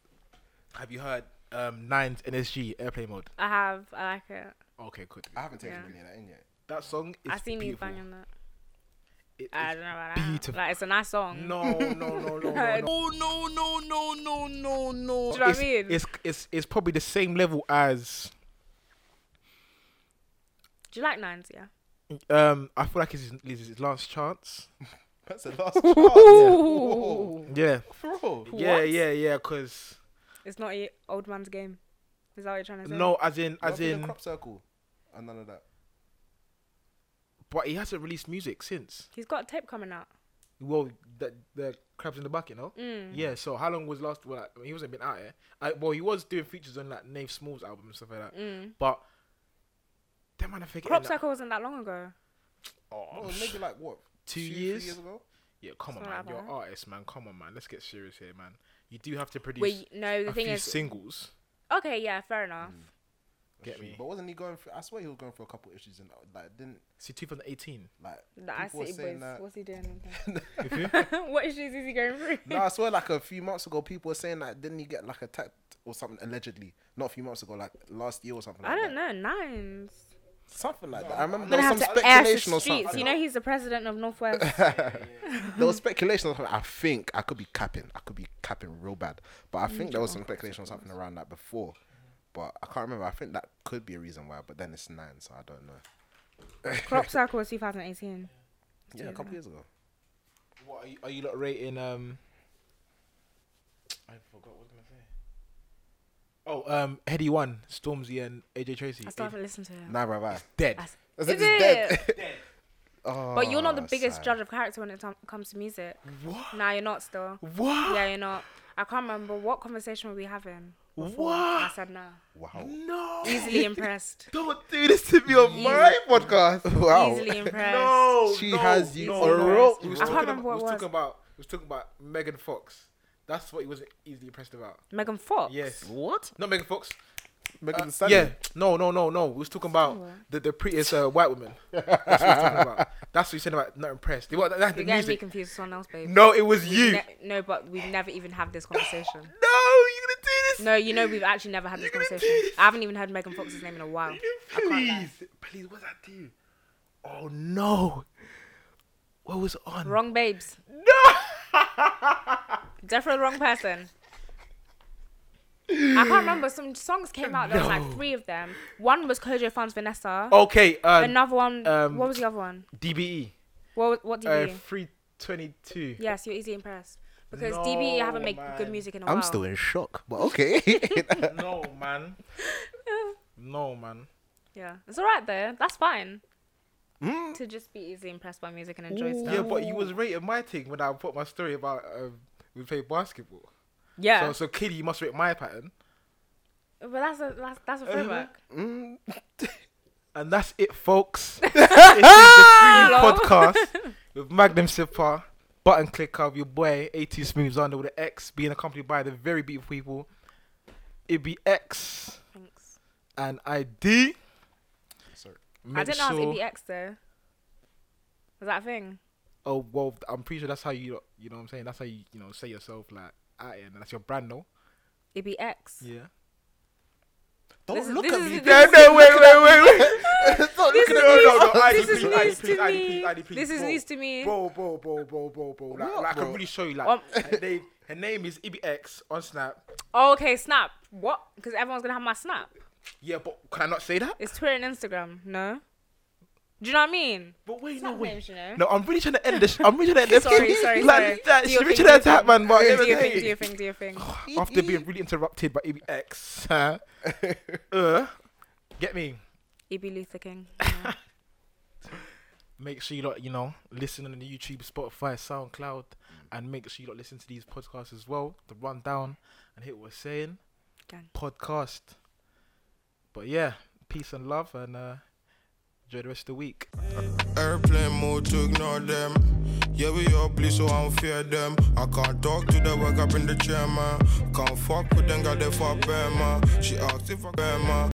Speaker 1: Have you heard um, Nine's NSG airplane mode?
Speaker 2: I have. I like it.
Speaker 1: Okay, good.
Speaker 3: I haven't taken
Speaker 2: Yeah.
Speaker 3: any of that in yet.
Speaker 1: That song is
Speaker 2: I seen
Speaker 1: beautiful.
Speaker 2: you banging that.
Speaker 1: It
Speaker 2: I
Speaker 1: is-
Speaker 2: don't know about that.
Speaker 1: beautiful.
Speaker 2: Like it's a nice song.
Speaker 1: No, no, no, no,
Speaker 2: [LAUGHS]
Speaker 1: no, no, Oh, no, no, no, no, no, no.
Speaker 2: Do you know what I
Speaker 1: It's-
Speaker 2: mean?
Speaker 1: It's it's it's probably the same level as
Speaker 2: Do you like nines? Yeah.
Speaker 1: um. I feel like it's his, it's his last chance.
Speaker 3: That's the last chance.
Speaker 2: Ooh.
Speaker 3: Whoa.
Speaker 1: Yeah,
Speaker 3: Bro.
Speaker 1: yeah, yeah, yeah. Cause
Speaker 2: It's not a old man's game. Is that what you're trying to say?
Speaker 1: no, as in, as
Speaker 3: Not in the
Speaker 1: in,
Speaker 3: crop circle and none of that.
Speaker 1: but he hasn't released music since.
Speaker 2: He's got a tape coming out.
Speaker 1: Well, the the crabs in the bucket, no.
Speaker 2: Mm.
Speaker 1: Yeah. So how long was last? Well, like, he wasn't been out yet. I, well, he was doing features on like Nave Small's album and stuff like that.
Speaker 2: Mm.
Speaker 1: But that man, I forget.
Speaker 2: Crop Circle wasn't that long ago.
Speaker 3: Well, maybe like what?
Speaker 1: Oh, Two
Speaker 3: three
Speaker 1: years?
Speaker 3: years ago?
Speaker 1: Yeah, come on,
Speaker 2: not
Speaker 1: man.
Speaker 2: that
Speaker 1: You're
Speaker 2: bad.
Speaker 1: an artist, man. Come on, man. Let's get serious here, man. You do have to produce
Speaker 2: Wait, no, the
Speaker 1: a
Speaker 2: thing
Speaker 1: few
Speaker 2: is,
Speaker 1: singles.
Speaker 2: okay, yeah, fair enough.
Speaker 3: Hmm.
Speaker 1: Get me.
Speaker 3: But wasn't he going for? I swear he was going for a couple issues and uh, like didn't
Speaker 1: See, 2018.
Speaker 3: like
Speaker 2: The I
Speaker 3: people were
Speaker 2: City
Speaker 3: saying
Speaker 2: Boys.
Speaker 3: that.
Speaker 2: What's he
Speaker 3: [LAUGHS]
Speaker 2: doing? in there? [LAUGHS] what issues is he going through?
Speaker 3: No, I swear like a few months ago people were saying that didn't he get like attacked or something allegedly? Not a few months ago, like last year or something.
Speaker 2: I
Speaker 3: like
Speaker 2: don't
Speaker 3: that.
Speaker 2: know. Nines.
Speaker 3: Something like that. I remember
Speaker 2: I'm
Speaker 3: there
Speaker 2: gonna
Speaker 3: was
Speaker 2: have
Speaker 3: some
Speaker 2: to air the
Speaker 3: speculation or
Speaker 2: streets.
Speaker 3: something.
Speaker 2: You know, he's the president of
Speaker 3: [LAUGHS]
Speaker 2: Northwest.
Speaker 3: there was speculation. Or something. I think I could be capping. I could be capping real bad. But I think there was some speculation or something around that before. But I can't remember. I think that could be a reason why. But then it's nine, so I don't know.
Speaker 2: [LAUGHS] Crop Circle was 2018.
Speaker 3: Yeah, a couple years ago.
Speaker 1: What are you, are you lot rating? Um, I forgot what I was gonna say. Oh, um, Heady One, Stormzy, and AJ Tracy.
Speaker 2: I still
Speaker 1: Aj-
Speaker 2: haven't listened to him.
Speaker 3: Nah, bruv, I-
Speaker 1: dead.
Speaker 2: I s-
Speaker 3: Is
Speaker 2: Is
Speaker 3: it
Speaker 2: it?
Speaker 3: dead?
Speaker 2: But you're not the
Speaker 3: [LAUGHS] Oh,
Speaker 2: biggest
Speaker 3: sad. Mm.
Speaker 2: judge of character when it tom- comes to music.
Speaker 1: What?
Speaker 2: Nah, you're not still.
Speaker 1: What?
Speaker 2: Yeah, you're not. I can't remember what conversation were we having. before I
Speaker 1: What?
Speaker 2: said nah.
Speaker 3: Wow. [LAUGHS]
Speaker 1: No. [LAUGHS]
Speaker 2: Easily impressed.
Speaker 1: Don't do this to me on my podcast.
Speaker 2: [LAUGHS]
Speaker 3: Wow.
Speaker 2: Easily
Speaker 1: [LAUGHS]
Speaker 2: impressed.
Speaker 1: No.
Speaker 3: She
Speaker 1: no,
Speaker 3: has you
Speaker 1: no,
Speaker 3: on
Speaker 1: no.
Speaker 3: rope,
Speaker 1: We was
Speaker 2: I
Speaker 1: talking
Speaker 2: can't
Speaker 1: about-
Speaker 2: remember what
Speaker 1: we
Speaker 2: it
Speaker 1: was
Speaker 2: was.
Speaker 1: talking about. We was talking about Megan Fox. That's what he wasn't easily impressed about.
Speaker 2: Megan Fox.
Speaker 1: Yes.
Speaker 3: What?
Speaker 1: Not Megan Fox.
Speaker 3: Megan
Speaker 1: Uh,
Speaker 3: Thee Stallion?
Speaker 1: yeah, no, no, no, no. We was talking about the, the prettiest uh, white woman. That's what we was talking about. That's what you said about not impressed. It was- that- that's the
Speaker 2: You're getting me
Speaker 1: music.
Speaker 2: confused with someone else, babe.
Speaker 1: No, it was you. No, you're
Speaker 2: Ne- no, but we've never even had this conversation.
Speaker 1: [LAUGHS] gonna do this.
Speaker 2: No, you know we've actually never had this conversation. I haven't even heard Megan Fox's name in a while. I can't lie.
Speaker 1: Please, please, what's that do? Oh no. What was on?
Speaker 2: Wrong babes. No. Definitely the wrong person. I
Speaker 1: [GASPS]
Speaker 2: can't remember. Some songs came out. There was like three of them. One was Kojo Fun's Vanessa.
Speaker 1: Okay, um,
Speaker 2: Another one.
Speaker 1: um,
Speaker 2: what was the other one?
Speaker 1: DBE,
Speaker 2: What was- What did
Speaker 1: E. uh,
Speaker 2: you?
Speaker 1: three twenty-two.
Speaker 2: Yes, you're easily impressed because DB
Speaker 1: No,
Speaker 2: haven't made good
Speaker 1: man.
Speaker 2: music in a while.
Speaker 3: I'm still in shock, [LAUGHS] but okay.
Speaker 1: No man. no man.
Speaker 2: [LAUGHS] Yeah, it's alright though. That's fine. To just be easily impressed by music and enjoy stuff.
Speaker 1: Yeah, but you was rating my thing when I put my story about um, we play basketball.
Speaker 2: Yeah,
Speaker 1: So, so clearly you must rate my pattern,
Speaker 2: but that's a that's, that's a framework.
Speaker 1: and that's it,
Speaker 2: [LAUGHS]
Speaker 1: folks. this is the free
Speaker 2: Hello.
Speaker 1: podcast with Magnum Sipper, Button Clicker, with your boy A2 Smooths under with an X, being accompanied by the very beautiful people. It be X
Speaker 2: Thanks.
Speaker 1: and ID.
Speaker 3: Sorry.
Speaker 2: I didn't know it was EBX though. Was that a thing?
Speaker 1: Oh well, I'm pretty sure that's how you lot- you know what I'm saying. That's how you you know say yourself like at it, and that's your brand, no?
Speaker 2: EBX.
Speaker 1: Yeah.
Speaker 3: Don't
Speaker 2: E This is-
Speaker 3: Oh, look
Speaker 2: this
Speaker 3: at
Speaker 2: is-
Speaker 3: me.
Speaker 2: this is-
Speaker 1: no, wait, wait, wait, wait.
Speaker 3: [LAUGHS] Don't look
Speaker 2: this
Speaker 3: at me.
Speaker 2: is-
Speaker 1: no, no, ID,
Speaker 2: this is
Speaker 1: please,
Speaker 2: news
Speaker 1: ID,
Speaker 2: to
Speaker 1: please, ID,
Speaker 2: me.
Speaker 1: please, ID, please,
Speaker 2: This is
Speaker 1: bro.
Speaker 2: news to me.
Speaker 1: Bro, bro, bro, bro, bro, bro. Like,
Speaker 3: What,
Speaker 1: like I
Speaker 3: bro?
Speaker 1: can really show you. Like,
Speaker 2: Um,
Speaker 1: her, name, her name is IBX on Snap.
Speaker 2: Oh, okay, Snap. What? Because everyone's gonna have my Snap.
Speaker 1: Yeah, but can I not say that?
Speaker 2: It's Twitter and Instagram. No. Do you know what I mean?
Speaker 1: But wait,
Speaker 2: Snap
Speaker 1: no, wait.
Speaker 2: names, you know.
Speaker 1: No, I'm really trying to end this. I'm really trying to end this.
Speaker 2: [LAUGHS] Sorry,
Speaker 1: [LAUGHS]
Speaker 2: sorry,
Speaker 1: like,
Speaker 2: sorry.
Speaker 1: That,
Speaker 2: Do
Speaker 1: she's
Speaker 2: your
Speaker 1: really
Speaker 2: thing,
Speaker 1: trying
Speaker 2: do
Speaker 1: to
Speaker 2: your
Speaker 1: attack, man. But
Speaker 2: Do your thing. Do your
Speaker 1: hey,
Speaker 2: thing. Do your thing.
Speaker 1: after being really interrupted by IBX, [LAUGHS] huh? uh, get me.
Speaker 2: E.B. Luther King.
Speaker 1: Make sure you lot, you know, listen on the YouTube, Spotify, SoundCloud, and make sure you lot listen to these podcasts as well. The rundown and hit what we're saying.
Speaker 2: Gang.
Speaker 1: podcast. But yeah, peace and love, and uh, enjoy the rest of the week.
Speaker 7: Airplane mode to ignore them. Yeah, we all please, so I don't fear them. I can't talk to the work up in the chairman. Can't fuck with them, got they fuck Bama. She asked if I Bama.